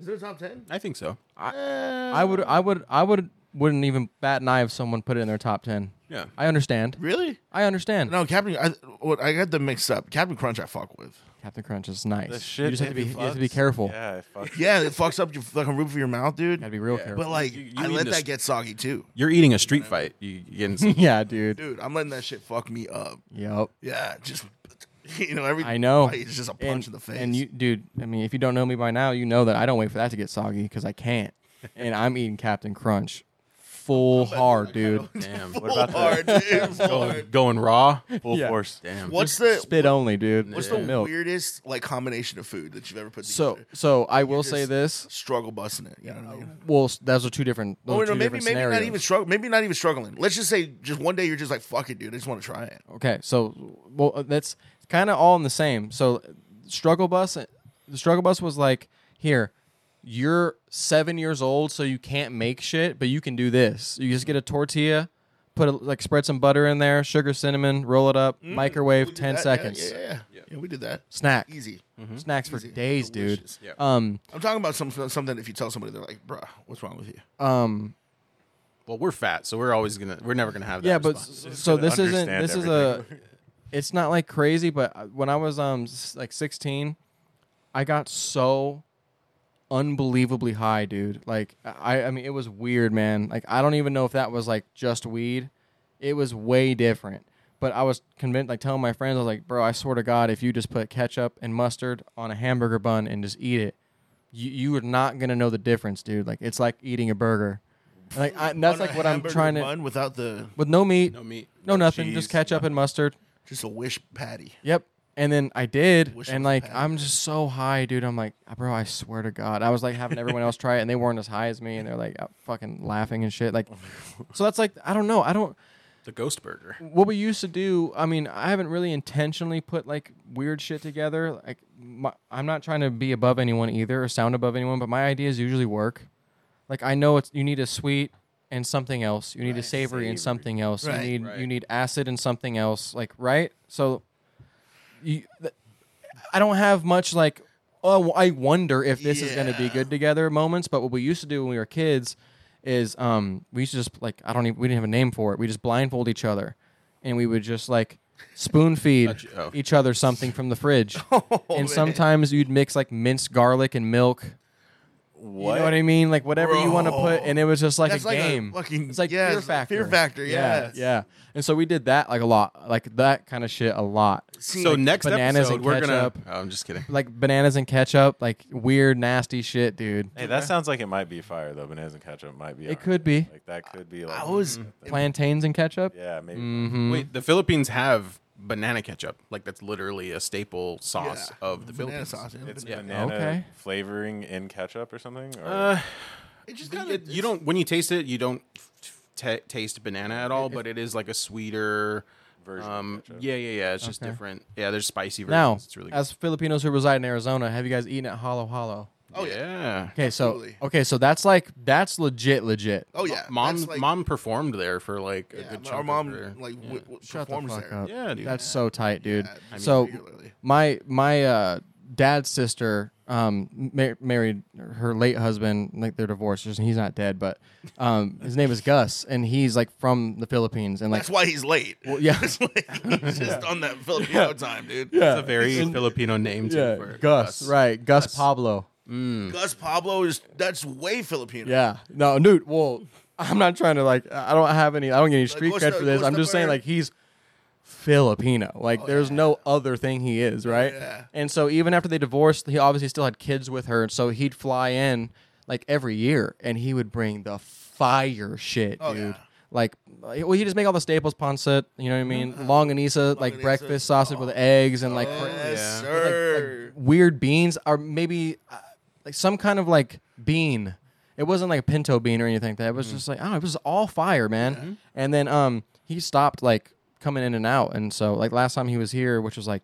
C: Is it a top ten?
F: I think so.
A: I would I would I would wouldn't even bat an eye if someone put it in their top 10.
F: Yeah.
A: I understand.
C: Really?
A: I understand.
C: No, Captain. I, what I got them mixed up. Captain Crunch, I fuck with.
A: Captain Crunch is nice.
B: The shit
A: you just have
B: it
A: to be, you have to
B: fucks.
A: be careful.
B: Yeah, it fucks.
C: Yeah, it fucks up your fucking roof of your mouth, dude.
A: Gotta be real careful.
C: But like,
F: You- you
C: I
F: need
C: let
F: to
C: that
F: s-
C: get soggy too,
F: You're eating a street fight. You you getting some
A: yeah, dude.
C: dude. I'm letting that shit fuck me up.
A: Yep.
C: Yeah, just you know every.
A: I know.
C: bite is just a
A: and,
C: punch in the face.
A: And you, dude. I mean, if you don't know me by now, you know that I don't wait for that to get soggy because I can't. and I'm eating Captain Crunch, full hard, dude.
F: damn
C: Full hard, dude. Full hard.
F: going raw?
B: Full
A: Yeah.
B: force.
F: Damn.
C: What's the
A: Spit only, dude.
C: what's the weirdest like combination of food that you've ever put together?
A: So, so I will
C: just-
A: say this.
C: struggle busting it. You know what I mean?
A: Well, s- those are two different. Those
C: Oh
A: are two
C: no, maybe
A: different
C: maybe
A: scenarios.
C: not even struggle. Maybe not even struggling. Let's just say, just one day you're just like, fuck it, dude. I just want to try it.
A: Okay, so well, uh, that's kind of all in the same. So, struggle bus, uh, the struggle bus was like, here, you're seven years old, so you can't make shit, but you can do this. You just get a tortilla, put a, like spread some butter in there, sugar, cinnamon, roll it up, microwave,
C: We did
A: ten
C: Mm, that, yeah,
A: seconds,
C: Yeah, yeah, yeah. Yeah, we did that.
A: snack,
C: Easy.
A: snacks for
C: Easy.
A: days,
C: Delicious.
A: dude.
F: Yeah.
A: Um,
C: I'm talking about some, something. If you tell somebody, they're like, "Bruh, what's wrong with you?"
A: um,
F: Well, we're fat, so we're always gonna we're never gonna have that.
A: yeah, but
F: response.
A: s- so
B: gotta
A: this isn't
B: understand
A: this is a. It's not like crazy, but I- when I was um s- like sixteen, I got so unbelievably high, dude. Like I, I mean, it was weird, man. Like I don't even know if that was like just weed. It was way different. But I was convinced, like telling my friends, I was like, bro, I swear to God, if you just put ketchup and mustard on a hamburger bun and just eat it, you you are not gonna know the difference, dude. Like it's like eating a burger. And, like I, and that's
C: On a
A: like what I'm
C: hamburger
A: trying to
C: bun without the
A: with no meat,
F: no meat.
A: no, nothing, just
B: cheese,
A: ketchup and mustard.
C: just a wish patty.
A: Yep. And then I did,
C: Wish it
A: and
C: was a
A: like
C: patty.
A: I'm just so high, dude. I'm like, bro, I swear to God, I was like having everyone else try it, and they weren't as high as me, and they're like uh, fucking laughing and shit. Like, so that's like I don't know, I don't.
F: the Ghost Burger.
C: Mm.
A: what we used to do i mean i haven't really intentionally put like weird shit together like my, i'm not trying to be above anyone either or sound above anyone but my ideas usually work like i know it's you need a sweet and something else you need a savory, and something else
C: Right.
A: you need
F: Right.
A: you need acid and something else like right so you th- i don't have much like oh i wonder if this is going to be
C: Yeah.
A: good together moments but what we used to do when we were kids is um we used to just like i don't even we didn't have a name for it we just blindfold each other and we would just like spoon feed
F: Touch- oh.
A: each other something from the fridge
C: Oh,
A: and sometimes you'd mix like minced garlic and milk
B: What?
A: you know what I mean? Like whatever you want to
C: Bro.
A: put, and it was just like
C: That's
A: a
C: like a
A: game.
C: fucking-
A: it's like
C: yes,
A: Fear Factor.
C: Fear Factor, yes.
A: Yeah, yeah. And so we did that like a lot, like that kind of shit a lot.
F: So next
A: bananas
F: episode,
A: and
F: we're gonna.
A: ketchup.
F: Oh, I'm just kidding.
A: Like bananas and ketchup, like weird, nasty shit, dude.
B: Hey, that sounds like it might be fire though. Bananas and ketchup might be.
A: It
B: alright.
A: could be.
B: Like that could be. Like,
C: I was
F: Mm-hmm.
A: Plantains and ketchup.
B: Yeah, maybe.
A: Mm-hmm.
C: Hmm.
F: Wait, the Philippines have banana ketchup. Like that's literally a staple sauce
C: Yeah.
F: of the
C: banana
F: Philippines.
C: sauce.
B: It's
C: yeah.
B: banana
A: Okay.
B: flavoring in ketchup or something. Or
C: Uh, It just
F: It-
C: kind of
F: you don't when you taste it, you don't f- t- taste banana at all, but it is like a sweeter
B: Version of
F: Um,
B: ketchup.
F: yeah, yeah, yeah. It's just
A: Okay.
F: different. Yeah, there's spicy versions.
A: Now,
F: it's really good.
A: as Filipinos who reside in Arizona, have you guys eaten at Hollow Hollow?
C: Oh yeah.
F: yeah.
A: Okay, so
C: Absolutely.
A: okay, so that's like that's legit, legit.
C: Oh yeah.
F: Mom,
C: That's like-
F: mom performed there for like a
C: Yeah,
F: good chunk.
C: our mom
F: of her.
C: like
F: Yeah.
C: w- w-
A: Shut the
C: performs
A: fuck
C: there.
A: up.
F: Yeah, dude.
A: That's so tight, dude.
C: Yeah, I mean,
A: so
C: regularly.
A: my my uh, dad's sister um, mar- married her late husband. Like they're divorced. just- He's not dead, but um, his name is Gus, and he's like from the Philippines. And like,
C: That's why he's late.
A: well, yeah,
C: It's like, he's just on that Filipino time, dude.
F: That's a very Filipino name. Too,
A: yeah,
F: for
A: Gus,
F: us.
A: right? Gus, Pablo.
C: Gus Pablo is that's way Filipino.
A: Yeah. No, Newt. Well, I'm not trying to like. I don't have any. I don't get any street
C: Costa-
A: cred for this. I'm
C: Costa
A: just saying
C: Verde.
A: like he's Filipino. Like there's no other thing he is, right?
C: Oh, Yeah.
A: And so even after they divorced, he obviously still had kids with her, and so he'd fly in like every year, and he would bring the fire shit,
C: Oh,
A: dude.
C: yeah.
A: Like, well, he just make all the staples pancit, you know what I mean? Longanisa, like
C: Longanisa. oh.
A: breakfast sausage with eggs and like cra-
C: Yes,
F: Yeah.
C: sir.
A: weird beans or maybe uh, like some kind of like bean. It wasn't like a pinto bean or anything like that. It
C: Mm-hmm.
A: was just like, oh, it was all fire, man. And then um he stopped like coming in and out. And so like last time he was here, which was like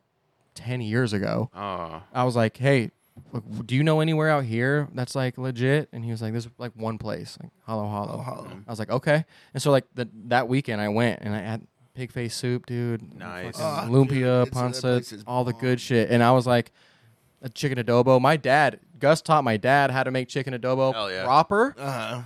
A: 10 years ago,
F: Oh,
A: I was like, "Hey, look, do you know anywhere out here that's like legit?" And he was like, "There's like one place, like Hollow
C: Oh,
A: Hollow." I was like, "Okay." And so like the, that weekend, I went and I had pig face soup, dude.
F: Nice.
A: fucking
C: Ah,
A: lumpia,
C: dude, it's- that place
A: pancit,
C: is
A: all the
C: bomb.
A: good shit. And I was like, a chicken adobo. My dad, Gus, taught my dad how to make chicken adobo
F: Hell yeah.
A: proper,
C: Uh-huh.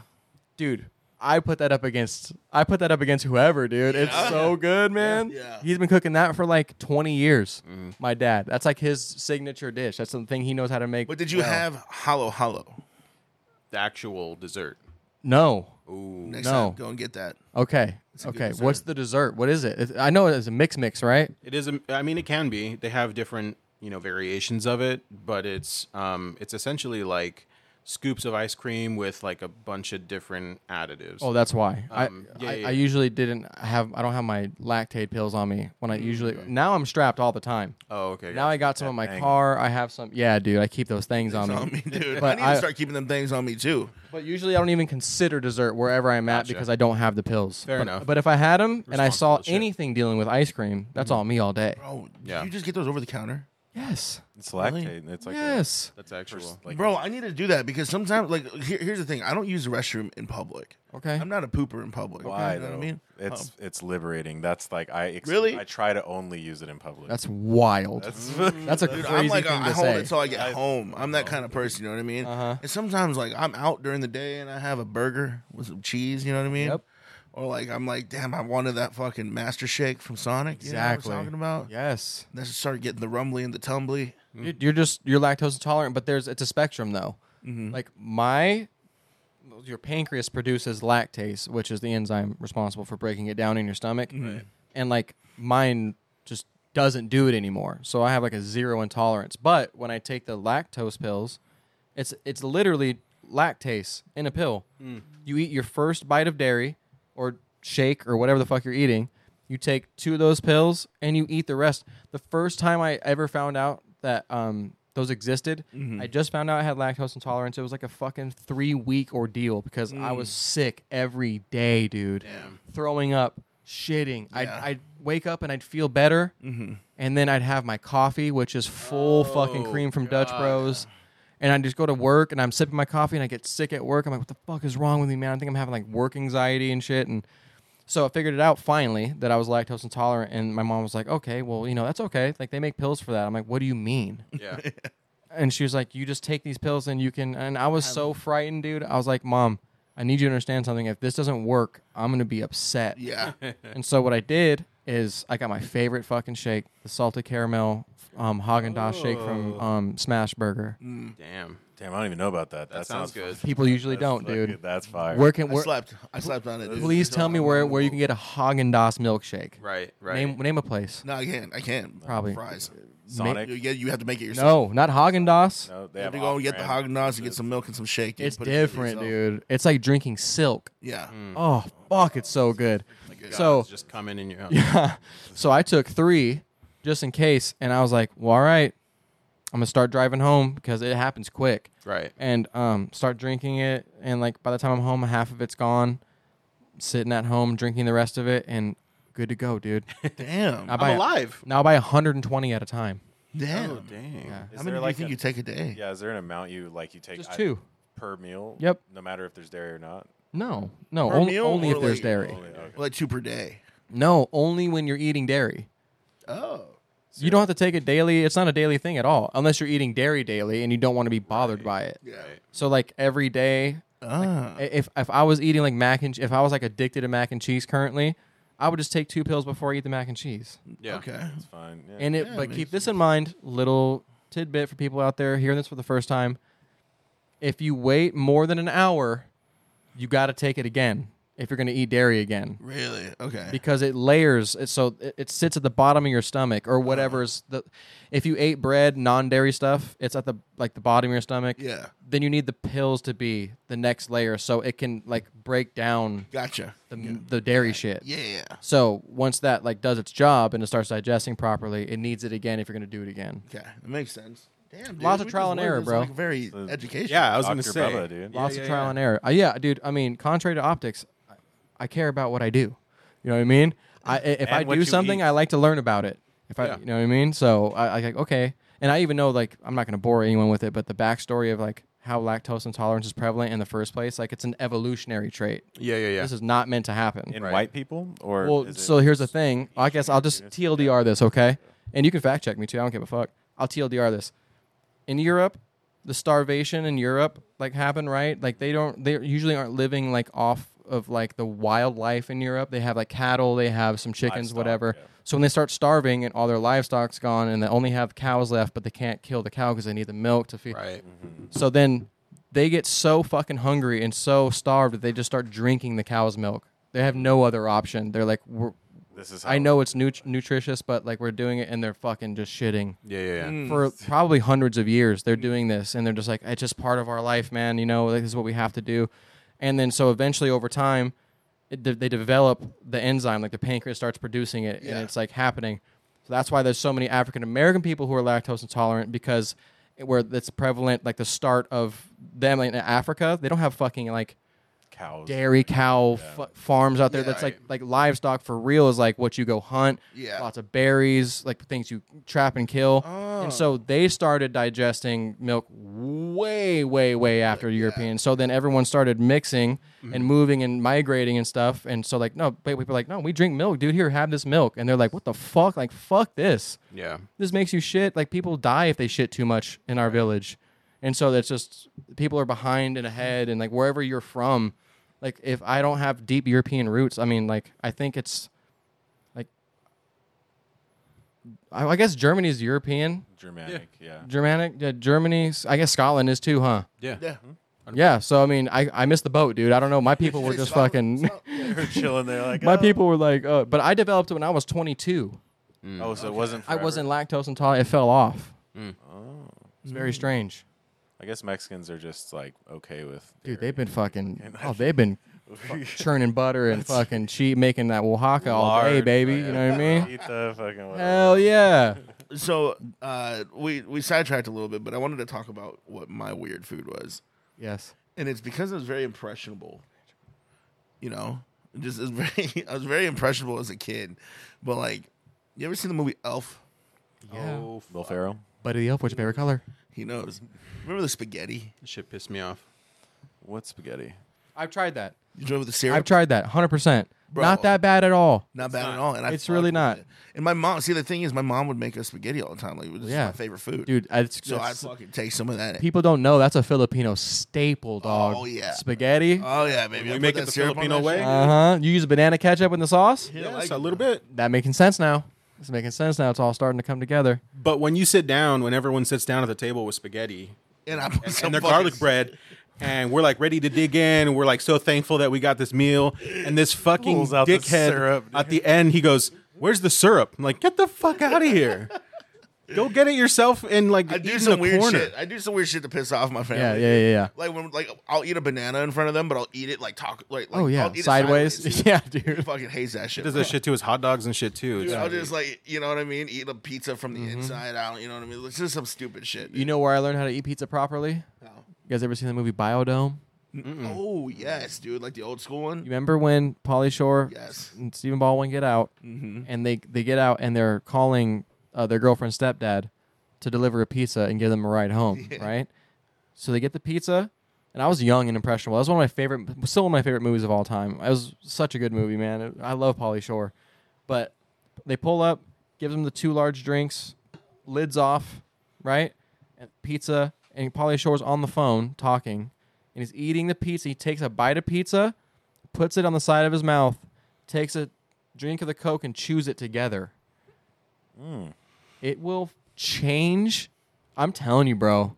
A: dude. I put that up against I put that up against whoever, dude. It's so good, man.
C: Yeah.
A: He's been cooking that for like 20 years.
F: Mm-hmm.
A: My dad. That's like his signature dish. That's the thing he knows how to make.
C: But did you
A: well.
C: have hollow hollow?
F: the actual dessert.
A: No.
F: Ooh,
C: Next
A: No.
C: time, go and get that.
A: Okay.
C: a good
A: Okay.
C: dessert.
A: What's the dessert? What is it? It's- I know it's a mix mix, right?
F: it is. A, I mean, it can be. They have different you know variations of it, but it's um it's essentially like scoops of ice cream with like a bunch of different additives.
A: Oh, that's why.
F: Um,
A: I,
F: yeah,
A: I,
F: yeah,
A: I
F: yeah.
A: usually didn't have. I don't have my lactate pills on me when I
F: Mm,
A: usually. Now I'm strapped all the time.
F: Oh, okay.
A: Now
F: gotcha.
A: I got some in my
B: Dang.
A: car. I have some. Yeah, dude. I keep those things on
C: It's
A: me.
C: on me, dude. I
A: But
C: need
A: I-
C: to start keeping them things on me too.
A: But usually I don't even consider dessert wherever I'm at because I don't have the pills.
F: Fair
A: but,
F: enough.
A: But if I had them and I saw
F: Responsible shit.
A: anything dealing with ice cream, that's all me all day.
C: Mm. Bro,
F: Yeah.
C: you just get those over the counter.
A: Yes.
B: It's lactate. It's like a-
A: yes.
F: that's actual.
B: like
C: Bro, I need to do that because sometimes, like, here, here's the thing: I don't use the restroom in public.
A: Okay.
C: I'm not a pooper in public.
B: why
C: You know
B: though?
C: what I mean? Um,
B: It's it's liberating. That's like I ex-
C: Really?
B: I try to only use it in public.
A: That's wild. That's,
B: That's-
A: a
C: Dude,
A: crazy
C: I'm like,
A: thing
C: I
A: to
C: hold
A: say.
C: it till I get
B: I-
C: home. I'm that kind of person, you know what I mean?
A: Uh-huh.
C: And sometimes, like, I'm out during the day and I have a burger with some cheese, you know what I mean?
A: Yep.
C: Or, like, I'm like, damn, I wanted that fucking Master Shake from Sonic.
A: exactly.
C: You know what I'm talking about?
A: Yes.
C: Then I start getting the rumbly and the tumbly.
A: You- You're just you're lactose intolerant, but there's it's a spectrum though. Like my your pancreas produces lactase, which is the enzyme responsible for breaking it down in your stomach, and like mine just doesn't do it anymore. So I have like a zero intolerance. But when I take the lactose pills, it's it's literally lactase in a pill. You eat your first bite of dairy or shake or whatever the fuck you're eating. You take two of those pills and you eat the rest. The first time I ever found out that um, those existed, I just found out I had lactose intolerance. It was like a fucking three week ordeal because I was sick every day, dude. Throwing up, shitting. I'd,
C: Yeah.
A: I'd wake up and I'd feel better, and then I'd have my coffee, which is full fucking cream from Dutch Bros. And I just go to work and I'm sipping my coffee and I get sick at work. I'm like, what the fuck is wrong with me, man? I think I'm having like work anxiety and shit. And so I figured it out finally that I was lactose intolerant. And my mom was like, okay, well, you know, that's okay. Like they make pills for that. I'm like, what do you mean?
F: Yeah.
A: and she was like, "You just take these pills and you can." And I was so frightened, dude. I was like, "Mom, I need you to understand something. If this doesn't work, I'm gonna be upset."
C: Yeah.
A: And so what I did is I got my favorite fucking shake, the salted caramel um, Haagen Dazs shake from um, Smash Burger.
F: Damn.
B: Damn, I don't even know about that.
F: That, sounds, good.
A: People usually
B: that's
A: don't,
B: fucking-
A: dude.
B: That's fire.
A: Where can
C: I
A: where,
C: slept. I slept on it. dude.
A: please tell me where, where you can get a Haagen Dazs milkshake?
F: Right, right.
A: Name name a place.
C: No, I can't. I can't.
A: Probably.
C: fries.
B: Sonic.
C: You, you you have to make it yourself.
A: No, not Haagen Dazs.
B: No, they
C: You have to
B: have
C: go and get the
B: off-brand.
C: Haagen Dazs and get some milk and some shake. and
A: It's
C: put it in Mm.
A: different,
C: yourself.
A: dude. It's like drinking silk.
C: Yeah.
B: Hmm.
A: Oh fuck, it's so good.
F: God,
A: So
F: it's just coming in your house.
A: so I took three just in case, and I was like, "Well, all right, I'm gonna start driving home because it happens quick."
F: Right.
A: And um, start drinking it, and like by the time I'm home, half of it's gone. Sitting at home drinking the rest of it, and good to go, dude.
C: Damn.
A: I buy
F: alive. Oh,
A: Now I buy 120 at a time.
B: Oh,
C: Damn.
F: Dang.
B: Is
C: How
B: there
C: many
B: like
C: do you
B: a-
C: think you take a day?
B: Yeah, is there an amount you like you take
A: Just
B: I-
A: two.
B: per meal?
A: Yep.
B: No matter if there's dairy or not.
A: No, no,
C: Per
A: on-
C: meal
A: only
C: or
A: if there's
C: like- oh,
A: dairy.
C: Like two per day.
A: No, only when you're eating dairy.
C: Oh.
A: You don't have to take it daily. It's not a daily thing at all, unless you're eating dairy daily and you don't want to be bothered by it.
C: Yeah.
A: So like every day,
C: Ah.
A: I- if if I was eating like mac and if I was like addicted to mac and cheese currently, I would just take two pills before I eat the mac and cheese.
F: Yeah.
C: Okay.
B: It's fine. Yeah.
A: And it
C: Yeah,
A: but
C: makes
A: keep this in mind, little tidbit for people out there hearing this for the first time. If you wait more than an hour, you got to take it again if you're going to eat dairy again
C: Really? Okay.
A: because it layers it, so it, it sits at the bottom of your stomach or whatever's the if you ate bread non-dairy stuff it's at the like the bottom of your stomach
C: Yeah.
A: then you need the pills to be the next layer so it can like break down
C: Gotcha.
A: the, the dairy shit
C: Yeah.
A: so once that like does its job and it starts digesting properly it needs it again if you're going to do it again
C: Okay. That makes sense. Damn. Dude,
A: Lots of
C: we
A: trial
C: just
A: and
C: learned
A: error,
C: this,
A: bro.
C: Like, very
B: Uh,
C: educational.
F: Yeah, I was gonna
B: Dr.
F: say.
B: Bubba, dude.
A: lots
F: yeah,
A: of trial
F: yeah.
A: and error. Uh, yeah, dude. I mean, contrary to optics, I, I care about what I do. You know what I mean? I, i- if
B: And
A: I
B: what
A: do
B: you
A: something,
B: eat.
A: I like to learn about it. If I,
F: Yeah.
A: you know what I mean? So I, I like okay, and I even know like I'm not going to bore anyone with it, but the backstory of like how lactose intolerance is prevalent in the first place, like it's an evolutionary trait.
F: Yeah, yeah, yeah.
A: This is not meant to happen.
B: in
F: Right.
B: white people or
A: Well,
B: is it-
A: so here's the thing. I guess I'll just TLDR this, okay? And you can fact check me too. I don't give a fuck. I'll TLDR this. In Europe, the starvation in Europe like happened, right? Like they don't they usually aren't living like off of like the wildlife in Europe. They have like cattle, they have some chickens,
B: Livestock,
A: whatever.
B: yeah.
A: So when they start starving and all their livestock's gone and they only have cows left, but they can't kill the cow because they need the milk to feed.
F: right.
B: Mm-hmm.
A: So then they get so fucking hungry and so starved that they just start drinking the cow's milk. They have no other option. They're like, we're,
B: this is how
A: I know it's nut- nutritious, but like we're doing it and they're fucking just shitting.
F: Yeah, yeah, yeah.
A: For probably hundreds of years, they're doing this and they're just like, it's just part of our life, man. You know, this is what we have to do. And then so eventually over time, it, de- they develop the enzyme, like the pancreas starts producing it
C: Yeah.
A: and it's like happening. So that's why there's so many African American people who are lactose intolerant because it- where that's prevalent, like the start of them like, in Africa, they don't have fucking like
B: cows.
A: dairy cow f- farms out there
C: Yeah,
A: that's like like
F: right.
A: livestock for real is like what you go hunt
C: Yeah.
A: lots of berries like things you trap and kill and so
C: Oh.
A: they started digesting milk way way way after europeans so then everyone started mixing
C: Mm-hmm.
A: and moving and migrating and stuff and so like no but people are like no we drink milk dude here have this milk and they're like what the fuck like fuck this
F: Yeah.
A: this makes you shit. Like people die if they shit too much in our village, and so that's just people are behind and ahead, and like wherever you're from, like if I don't have deep European roots, I mean, like I think it's like I, I guess Germany's European,
B: Germanic, yeah.
A: Germanic, yeah, Germany. I guess Scotland is too, huh?
F: Yeah.
C: Yeah.
B: Mm-hmm.
A: Yeah. So I mean, I I missed the boat, dude. I don't know. My people were
C: Say
A: just
C: stop,
A: fucking.
C: stop.
B: They're chilling there like
A: My
B: oh.
A: people were like, uh, but I developed it when I was 22.
B: Oh, so it wasn't
A: I
B: forever.
A: wasn't lactose intolerant. It fell off. It's very strange.
B: I guess Mexicans are just like okay with
A: Dude,
B: dairy.
A: they've been fucking. Oh, they've been fu- churning butter and fucking cheese, making that Oaxaca all day,
B: Lard,
A: baby.
B: yeah.
A: You know what I mean?
B: eat the fucking whatever.
A: Hell yeah!
C: So uh, we we sidetracked a little bit, but I wanted to talk about what my weird food was,
A: Yes.
C: and it's because I was very impressionable. You know, Just is very. I was very impressionable as a kid, but like, you ever seen the movie Elf?
F: Oh,
B: Will Ferrell.
A: Buddy the Elf, what's your favorite color?
C: He knows. Remember the spaghetti?
F: this shit pissed me off.
B: What spaghetti?
A: I've tried that.
C: You remember the syrup?
A: I've tried that. Hundred percent.
C: Bro.
A: Not that bad at all.
C: not bad at all. And I
A: It's
C: fuck
A: really
C: with
A: not.
C: it. And my mom. See, the thing is, my mom would make us spaghetti all the time. Like it was just
A: Yeah.
C: my favorite food,
A: Dude, it's,
C: So I
A: it's-
C: fucking take some of that.
A: people don't know that's a Filipino staple, dog.
C: Oh, yeah.
A: Spaghetti. Uh
C: oh yeah, baby.
F: We
C: I put
F: make it
C: that
F: the
C: syrup on
F: Filipino
C: that
F: way.
C: shit.
A: huh. You use banana ketchup in the sauce.
C: Yeah,
F: Yes,
C: like-
F: a little bit.
A: That making sense now. It's making sense now. It's all starting to come together.
F: But when you sit down, when everyone sits down at the table with spaghetti
C: And I put
F: and,
C: some
F: and their
C: fucking-
F: garlic bread, and we're like ready to dig in, and we're like so thankful that we got this meal, and this fucking
B: Pulls out the
F: dickhead
B: syrup, dude.
F: at the end, he goes, "Where's the syrup?" I'm like, "Get the fuck out of here! Go get it yourself!" And like,
C: I
F: eat
C: do
F: in
C: some
F: a
C: weird
F: corner.
C: shit. I do some weird shit to piss off my family.
A: Yeah, yeah, yeah, yeah.
C: Like when like I'll eat a banana in front of them, but I'll eat it like talk like, like
A: Oh yeah,
C: I'll eat it
A: sideways. yeah,
C: He
A: dude.
C: fucking hates that shit.
F: Does
C: bro.
F: that shit to his hot dogs and shit too.
C: Dude,
F: It's-
C: I'll just like you know what I mean, eat a pizza from the
A: Mm-hmm.
C: inside out. You know what I mean? It's just some stupid shit.
A: You know where I learned how to eat pizza properly? You guys ever seen the movie Biodome?
F: Mm.
C: Oh yes, dude, like the old school
A: You
C: one.
A: remember when Polly Shore
C: Yes. Mm-hmm.
A: and Stephen Baldwin get out, and they they get out and they're calling uh, their girlfriend's stepdad to deliver a pizza and give them a ride home, right? So they get the pizza, and I was young and impressionable. That was one of my favorite, still one of my favorite movies of all time. It was such a good movie, man. I love Polly Shore, but they pull up, gives them the two large drinks, lids off, right? And pizza, and Polly Shore's on the phone talking, and he's eating the pizza. He takes a bite of pizza, puts it on the side of his mouth, takes a drink of the Coke, and chews it together. It will change. I'm telling you, bro.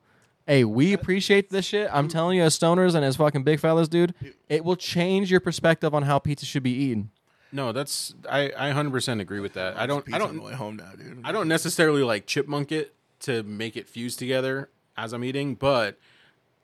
A: Hey, we appreciate this shit. I'm telling you, as stoners and as fucking big fellas, dude, it will change your perspective on how pizza should be eaten.
F: no, that's I I hundred percent agree with that. I don't I
C: Pizza on the
F: don't
C: way home now, dude.
F: I don't necessarily like chipmunk it to make it fuse together as I'm eating, but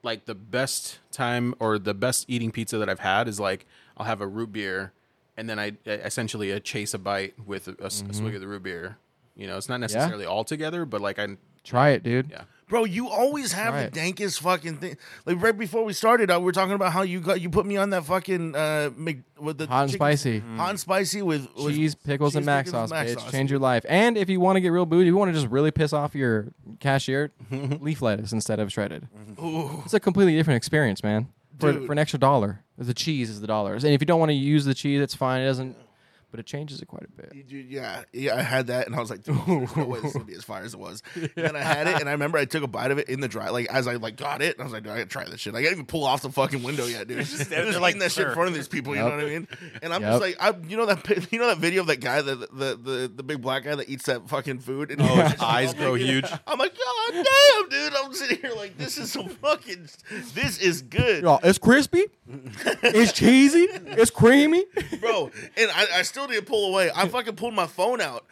F: like the best time or the best eating pizza that I've had is like I'll have a root beer and then I, I essentially uh chase a bite with a, a
C: Mm-hmm.
F: s- a swig of the root beer. You know, it's not necessarily all together, but like I
A: Try it, dude.
F: Yeah.
C: Bro, you always have
A: Right.
C: the dankest fucking thing. Like right before we started, uh, we were talking about how you got you put me on that fucking uh Mc, with the
A: Hot and
C: chicken-
A: spicy.
C: hot and spicy with, with
A: Cheese, pickles, and
C: cheese,
A: mac sauce,
C: pickles, mac
A: bitch.
C: sauce.
A: Change your life. And if you want to get real bougie, you want to just really piss off your cashier, leaf lettuce instead of shredded. It's a completely different experience, man. For,
C: Dude.
A: for an extra dollar, the cheese is the dollars. And if you don't want to use the cheese, it's fine. It doesn't, but it changes it quite a bit.
C: Dude, yeah, yeah, I had that, and I was like, dude, there's no way this is gonna be as fire as it was. And then I had it, and I remember I took a bite of it in the dry, like as I like got it, and I was like, dude, I gotta try this shit. I gotta even pull off the fucking window yet, dude. just
B: there,
C: eating
B: like,
C: that shit in
B: "Sir."
C: front of these people, you know what I mean? And I'm
A: Yep.
C: just like, I, you know that, pi- you know that video of that guy, the the, the the big black guy that eats that fucking food, and
F: Oh, his eyes grow huge.
C: I'm like, god damn, dude! I'm sitting here like, this is some fucking, this is good.
A: Y'all, it's crispy, it's cheesy, it's creamy.
C: bro. And I, I still didn't pull away. I fucking pulled my phone out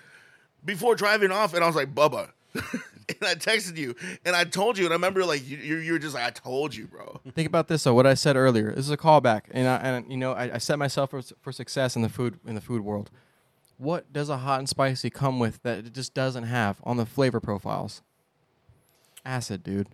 C: before driving off, and I was like, Bubba. and I texted you, and I told you, and I remember like you, you, you were just like, I told you, bro.
A: Think about this though. What I said earlier. This is a callback, and I, and you know I, I set myself for, for success in the food in the food world. What does a hot and spicy come with that it just doesn't have on the flavor profiles? Acid, dude.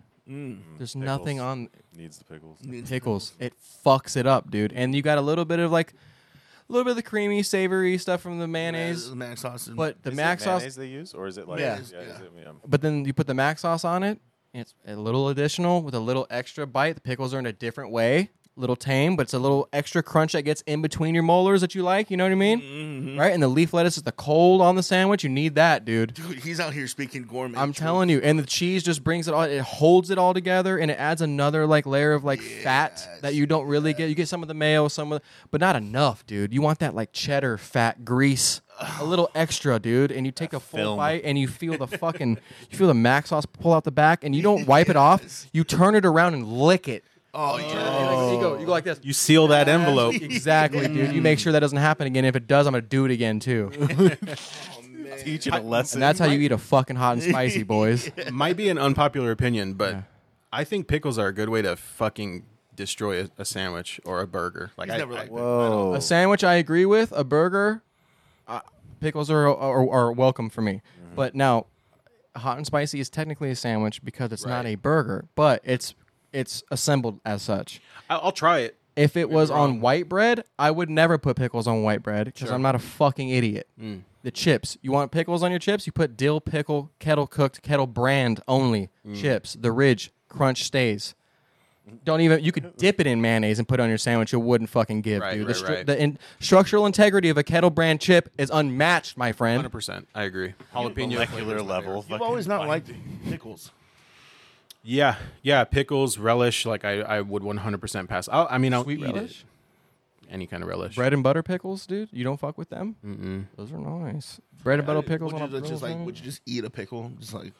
A: There's nothing
B: Mm. Pickles.
A: on
B: Needs the pickles.
A: pickles. It fucks it up, dude. And you got a little bit of like a little bit of the creamy, savory stuff from the mayonnaise,
C: mac sauce, and-
A: but the
B: Is it
A: mac sauce.
B: mayonnaise they use, or is it like
A: Yeah.
B: is it- yeah.
A: But then you put the mac sauce on it. and It's a little additional with a little extra bite. The pickles are in a different way, little tame, but it's a little extra crunch that gets in between your molars that you like. You know what I mean? Right? And the leaf lettuce is the cold on the sandwich. You need that, dude.
C: dude, he's out here speaking gourmet.
A: I'm
C: truth.
A: telling you. And the cheese just brings it all. It holds it all together, and it adds another like layer of like fat that you don't really get. You get some of the mayo, some of, the, but not enough, dude. You want that like cheddar fat grease, a little extra, dude. And you take a full
B: film.
A: bite, and you feel the fucking, you feel the mac sauce pull out the back, and you don't wipe it off. You turn it around and lick it.
C: Oh, yeah.
A: You go, you go like this.
F: you seal that envelope.
A: Exactly, dude. You make sure that doesn't happen again. If it does, I'm gonna do it again too.
B: Teach it a lesson.
A: And that's how you eat a fucking hot and spicy, boys.
F: Might be an unpopular opinion, but I think pickles are a good way to fucking destroy a, a sandwich or a burger. Like I,
C: never like
F: I-
B: Whoa.
A: A sandwich, I agree with. A burger, uh, pickles are, are are welcome for me. But now, hot and spicy is technically a sandwich because it's not
F: Right.
A: a burger, but it's it's assembled as such.
F: I'll, I'll try it.
A: If it was on white bread, I would never put pickles on white bread because I'm not a fucking idiot.
C: Hmm.
A: The chips. You want pickles on your chips? You put dill pickle, kettle cooked, kettle brand only
C: Hmm.
A: chips. The ridge crunch stays. Don't even. You could dip it in mayonnaise and put it on your sandwich. It wouldn't fucking give,
F: Right,
A: dude.
F: right,
A: the
F: right.
A: the in- structural integrity of a kettle brand chip is unmatched, my friend.
F: Hundred percent, I agree. Jalapeno flavor
B: molecular
F: is
B: level.
F: my favorite.
C: You've
B: fucking
C: always not
B: fine.
C: liked pickles.
F: Yeah, yeah. Pickles, relish. Like I, I would one hundred percent pass. I'll, I mean, I'll eat
A: relish?
F: it. Any kind of relish.
A: Bread and butter pickles, dude. You don't fuck with them. Mm-mm. Those are nice. Bread and butter pickles
C: Would
A: on
C: you
A: a
C: just, just
A: grill,
C: like?
A: man.
C: Would you just eat a pickle? Just like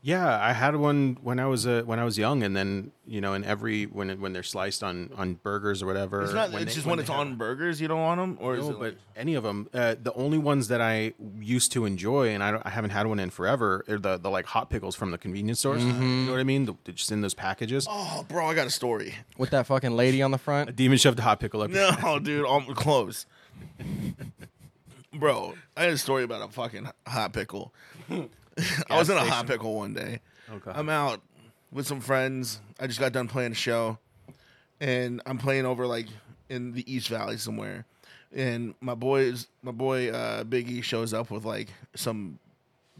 F: Yeah, I had one when I was uh, when I was young, and then you know, and every when it- when they're sliced on on burgers or whatever.
C: it's not.
F: when
C: It's
F: they-
C: just when
F: they
C: it's
F: have-
C: on burgers, you don't want them, or is
F: No,
C: it
F: but
C: like-
F: any of them. Uh, the only ones that I used to enjoy, and I, don't, I haven't had one in forever, are the the like hot pickles from the convenience stores.
C: Mm-hmm.
F: You know what I mean? The, they're just in those packages.
C: oh, bro, I got a story.
A: with that fucking lady on the front.
F: Demon shoved a hot pickle up. your-
C: No, dude, I'm close. Bro, I had a story about a fucking hot pickle. I was in a hot pickle one day. I'm out with some friends. I just got done playing a show, and I'm playing over like in the East Valley somewhere. And my boys, my boy uh, Biggie shows up with like some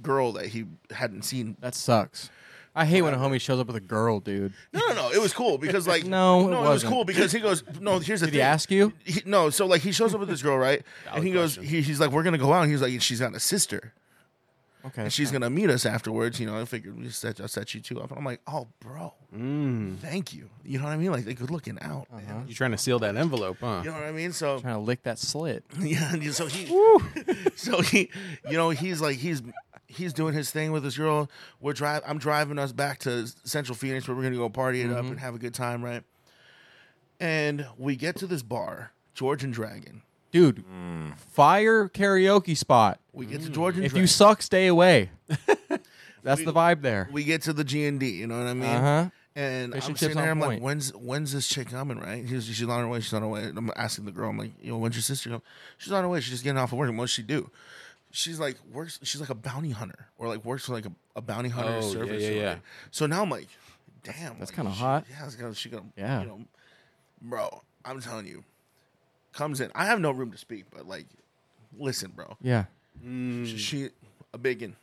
C: girl that he hadn't seen.
A: That sucks. I hate when a homie shows up with a girl, dude.
C: No, no, no. It was cool because like
A: No, it
C: no, was
A: wasn't.
C: cool because he goes no. Here's the
A: Did
C: thing.
A: he ask you?
C: he, no, so like he shows up with this girl, right? and he goes, he, he's like, we're gonna go out. And he's like, she's got a sister,
A: Okay.
C: and she's gonna meet us afterwards. You know, I figured we set, I set you two up, and I'm like, oh, bro,
A: Mm.
C: thank you. You know what I mean? Like, they good looking out,
A: Uh-huh.
C: man.
F: You're trying to seal that envelope, huh?
C: You know what I mean? So
A: trying to lick that slit.
C: yeah, and so he, so he, you know, he's like he's he's doing his thing with this girl. We're drive. I'm driving us back to Central Phoenix where we're gonna go party it
A: Mm-hmm.
C: up and have a good time, right? And we get to this bar, George and Dragon.
A: Dude, fire karaoke spot.
C: We get to George and
A: Mm. If
C: Dragon.
A: you suck, stay away. That's the vibe there.
C: we get to the G and D. You know what I mean?
A: Uh-huh.
C: And
A: Fish
C: I'm
A: and
C: sitting
A: chips on
C: there. I'm like,
A: point.
C: when's when's this chick coming? Right? She's, she's on her way. She's on her way. And I'm asking the girl. I'm like, you know, when's your sister come? She's on her way. She's just getting off of work. And what's she do? She's like works. She's like a bounty hunter, or like works for like a, a bounty hunter
F: Oh, yeah,
C: service.
F: yeah,
C: or
F: yeah.
C: like- So now I'm like, damn,
A: that's
C: like,
A: kinda
C: she-
A: hot.
C: Yeah, it's gonna, she gonna,
A: Yeah.
C: you know, bro. I'm telling you, comes in. I have no room to speak, but like, listen, bro.
A: Yeah. Mm.
C: She a biggin.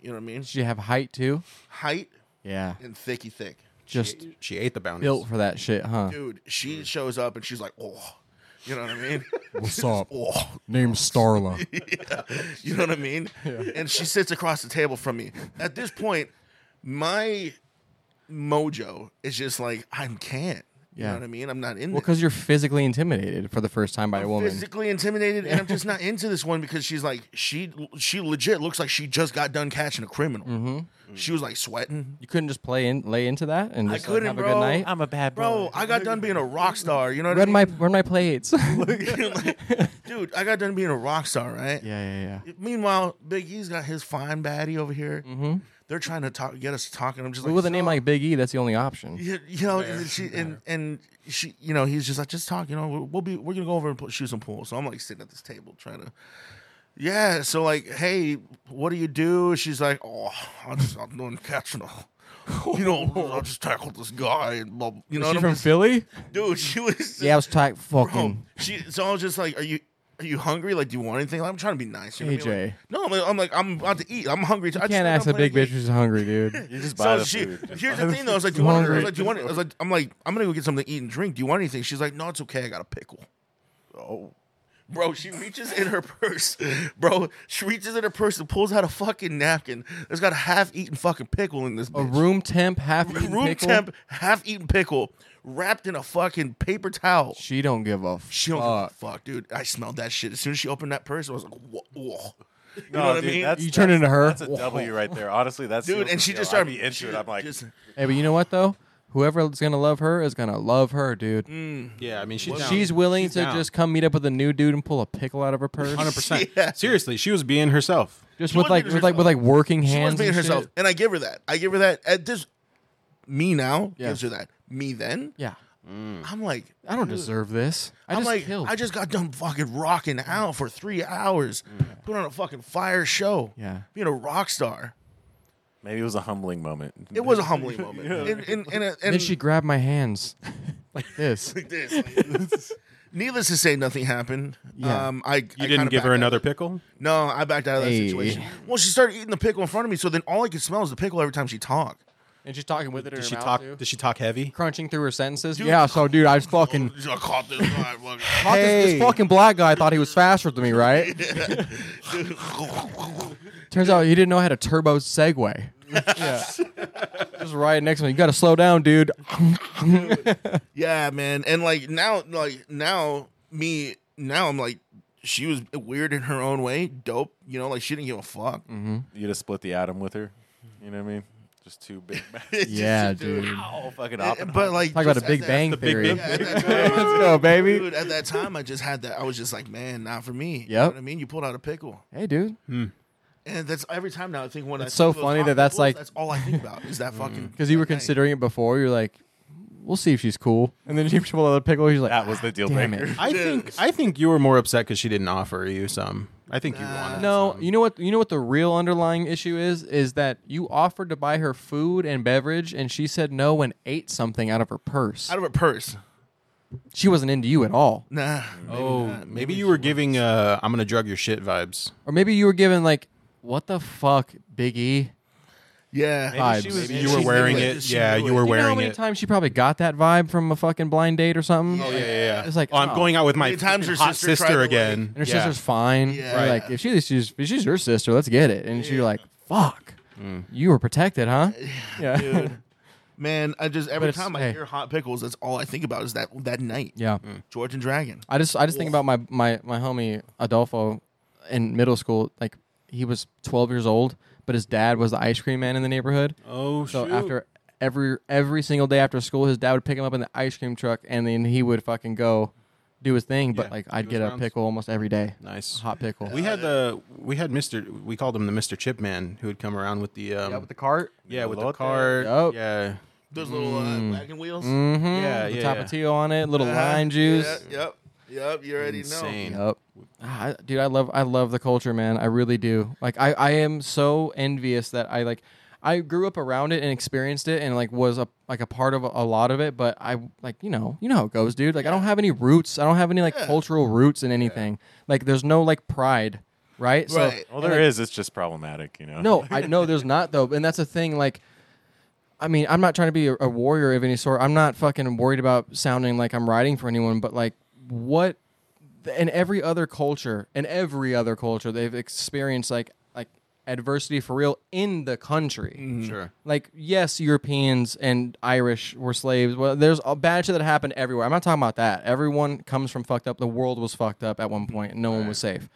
C: You know what I mean?
A: Did you have height too?
C: Height
A: Yeah.
C: and thicky thick.
A: Just
F: She ate the bounties.
A: built for that shit, huh?
C: dude, she shows up and she's like, oh, you know what I mean?
A: What's up?
C: oh,
A: Name's Starla.
C: you know what I mean? And she sits across the table from me. At this point, my mojo is just like, I can't. You
A: Yeah.
C: know what I mean? I'm not in
A: well,
C: this.
A: because you're physically intimidated for the first time by a woman.
C: Physically intimidated, and I'm just not into this one because she's like she she legit looks like she just got done catching a criminal.
A: Mm-hmm.
C: She was like sweating.
A: you couldn't just play in, lay into that and
C: I
A: just like,
C: couldn't,
A: have a
C: bro.
A: good night.
B: I'm a bad
C: Bro,
B: boy.
C: I got done being a rock star. You know what
A: Run my,
C: I
A: run my plates. yeah,
C: mean? Dude, I got done being a rock star, right?
A: yeah, yeah.
C: Meanwhile, Big E's got his fine baddie over here. They're trying to talk, get us talking. I'm just like,
A: Mm-hmm. With a
C: so-
A: name like Big E, that's the only option.
C: you, you know, and she and, and she, you know, he's just like, just talk. You know, we'll, we'll be, we're gonna go over and put, shoot some pool. So I'm like sitting at this table trying to, yeah. So like, hey, what do you do? She's like, oh, I'm just I'm doing catching a. You know, I just tackled this guy, and blah, you know,
A: Is
C: what
A: she
C: I'm
A: from
C: just-
A: Philly?
C: dude, she was,
A: Yeah, I was tight
C: Oh,
A: fucking.
C: she. So I was just like, "Are you are you hungry? Like, do you want anything?" I'm trying to be nice. You know what I mean?
A: AJ.
C: Like, no, I'm like, I'm like, I'm about to eat. I'm hungry. I
A: You can't ask the big bitch who's hungry, dude.
B: you just buy
C: So
B: the
C: she.
B: food.
C: Here's the thing, though. I was like, "Do you want?" I was
A: Hungry.
C: like, "Do you want?" I was like, "I'm like, I'm gonna go get something to eat and drink. Do you want anything?" She's like, "No, it's okay. I got a pickle." Oh. Bro, she reaches in her purse. Bro, she reaches in her purse and pulls out a fucking napkin. There's got a half-eaten fucking pickle in this.
A: A
C: Bitch.
A: room temp, half eaten
C: room
A: pickle.
C: temp, half-eaten pickle, wrapped in a fucking paper towel.
A: She don't give a fuck.
C: She don't give a fuck, dude. I smelled that shit. As soon as she opened that purse, I was like, whoa. whoa. You
B: No,
C: know what
B: dude,
C: I mean?
B: that's-
A: You turn
B: that's-
A: into her.
B: That's a W right there. Honestly, that's
C: dude,
B: the-
C: and she
B: yo,
C: just
B: I'd
C: started.
B: be into it. I'm like,
C: just-
A: Hey, but you know what though? Whoever's gonna love her is gonna love her, dude.
F: Yeah, I mean, she's
A: She's willing
F: She's
A: to
F: down.
A: just come meet up with a new dude and pull a pickle out of her purse.
F: hundred percent.
C: Yeah.
F: Seriously, she was being herself.
A: Just
C: She
A: with
C: wasn't
A: like
C: being
A: with like with like working
C: she was
A: hands.
C: being
A: and
C: herself.
A: shit.
C: And I give her that. I give her that. At this, me now
A: Yeah.
C: gives her that. Me then,
A: Yeah.
C: I'm like,
A: I don't deserve this. I
C: I'm
A: just
C: like,
A: killed.
C: I just got done fucking rocking out for three hours, put on a fucking fire show,
A: Yeah.
C: being a rock star.
B: Maybe it was a humbling moment.
C: It was a humbling moment. And, and, and, and,
A: then she grabbed my hands like this.
C: like this. like- Needless to say, nothing happened.
A: Yeah.
C: Um, I
F: You didn't give her another pickle?
C: No, I backed out of that
A: Hey.
C: situation. Well, she started eating the pickle in front of me, so then all I could smell was the pickle every time she talked.
A: And she's talking with it in her
F: Did she
A: mouth
F: talk
A: too.
F: did she talk heavy?
A: Crunching through her sentences. yeah, so dude, I was fucking
C: Oh, I caught this guy, fucking-
A: caught this, this fucking black guy thought he was faster than me, right? Turns out he didn't know how to turbo segue. yeah. Just right next to me. You gotta slow down, dude.
C: Yeah, man. And like now, like now, me now, I'm like, she was weird in her own way, dope. You know, like she didn't give a fuck.
A: Mm.
B: You'd have split the atom with her. You know what I mean? Just two big.
A: yeah, dude.
B: oh, fucking
C: And- and- Eh, But like,
A: Talk about a
C: just
A: Big
C: at that-
A: Bang
F: Big
A: Theory.
F: Bang
C: at that time,
A: Let's go, baby.
C: Dude, at that time, I just had that. I was just like, man, not for me. You know
A: Yep.
C: what I mean, you pulled out a pickle,
A: Hey, dude.
C: and that's every time now. I think when
A: It's
C: I
A: so
C: think of those
A: funny
C: hot
A: that that's
C: pickles,
A: like-
C: that's all I think about is that fucking
A: Because you were
C: that night.
A: considering it before, you're like, we'll see if she's cool. And then she pulled out a pickle. She's like,
B: That was the deal
A: damn
B: breaker.
A: it.
F: I think I think you were more upset because she didn't offer you some. I think you wanted.
A: No,
F: some.
A: you know what? You know what the real underlying issue is? Is that you offered to buy her food and beverage, and she said no and ate something out of her purse.
C: out of her purse.
A: She wasn't into you at all,
C: Nah.
F: Oh, maybe, you were giving uh, "I'm gonna drug your shit" vibes.
A: or maybe you were given like, "What the fuck, Big E?"
C: Yeah.
B: Maybe
A: Vibes.
B: she was.
C: Maybe
F: You
C: she
F: were
C: knew
F: wearing
C: it.
F: it.
C: She
F: Yeah,
C: knew
F: you were
C: it.
A: You know how
F: wearing
A: many
F: it.
A: times she probably got that vibe from a fucking blind date or something.
F: yeah, yeah, yeah.
A: It's like,
F: oh, I'm
A: oh.
F: going out with my
C: Many times
F: fucking
C: her
F: hot
C: sister tried to,
F: sister
C: like-
F: again.
A: And her
F: Yeah.
A: sister's fine.
C: Yeah.
A: You're
C: Right.
A: Like if she, she's if she's your sister, let's get it. And you're like, "Fuck,
F: Mm.
A: you were protected, huh?" Yeah,
C: Man, I just every
A: it's-
C: time I
A: hey.
C: hear hot pickles, that's all I think about is that that night.
A: yeah.
C: George and Dragon.
A: I just I just think about my my my homie Adolfo in middle school. Like he was 12 years old, but his dad was the ice cream man in the neighborhood.
F: Oh,
A: so
F: shoot.
A: after every every single day after school, his dad would pick him up in the ice cream truck, and then he would fucking go do his thing. But
F: Yeah,
A: like I'd
F: do his
A: get a
F: rounds.
A: pickle almost every day, a
F: nice.
A: hot pickle.
F: We had the we had Mister. We called him the Mister Chip Man, who would come around with the um, yeah with the,
A: cart.
B: Elote.
F: cart.
A: Yup.
F: Yeah,
C: Those little uh, wagon wheels.
A: Mm-hmm.
F: Yeah,
A: the
F: yeah, yeah.
A: tapatio on it, little
C: Uh-huh.
A: lime juice.
C: Yeah, yep. Yep. You already know.
F: insane.
A: Yep. Ah, I- dude, I love I love the culture, man. I really do. Like I I am so envious that I like I grew up around it and experienced it and like was a like a part of a, a lot of it, but I like you know you know how it goes, dude. Like I don't have any roots. I don't have any like cultural roots in anything. Like there's no like pride, right?
C: Right.
B: Well, there is. It's just problematic, you know.
A: No, I no, there's not though, and that's the thing. Like, I mean, I'm not trying to be a, a warrior of any sort. I'm not fucking worried about sounding like I'm writing for anyone. But like, what? In every other culture, in every other culture, they've experienced like like adversity for real in the country.
F: Sure.
A: Like, yes, Europeans and Irish were slaves. Well, there's a bad shit that happened everywhere. I'm not talking about that. Everyone comes from fucked up. The world was fucked up at one point, and no one was safe. I'm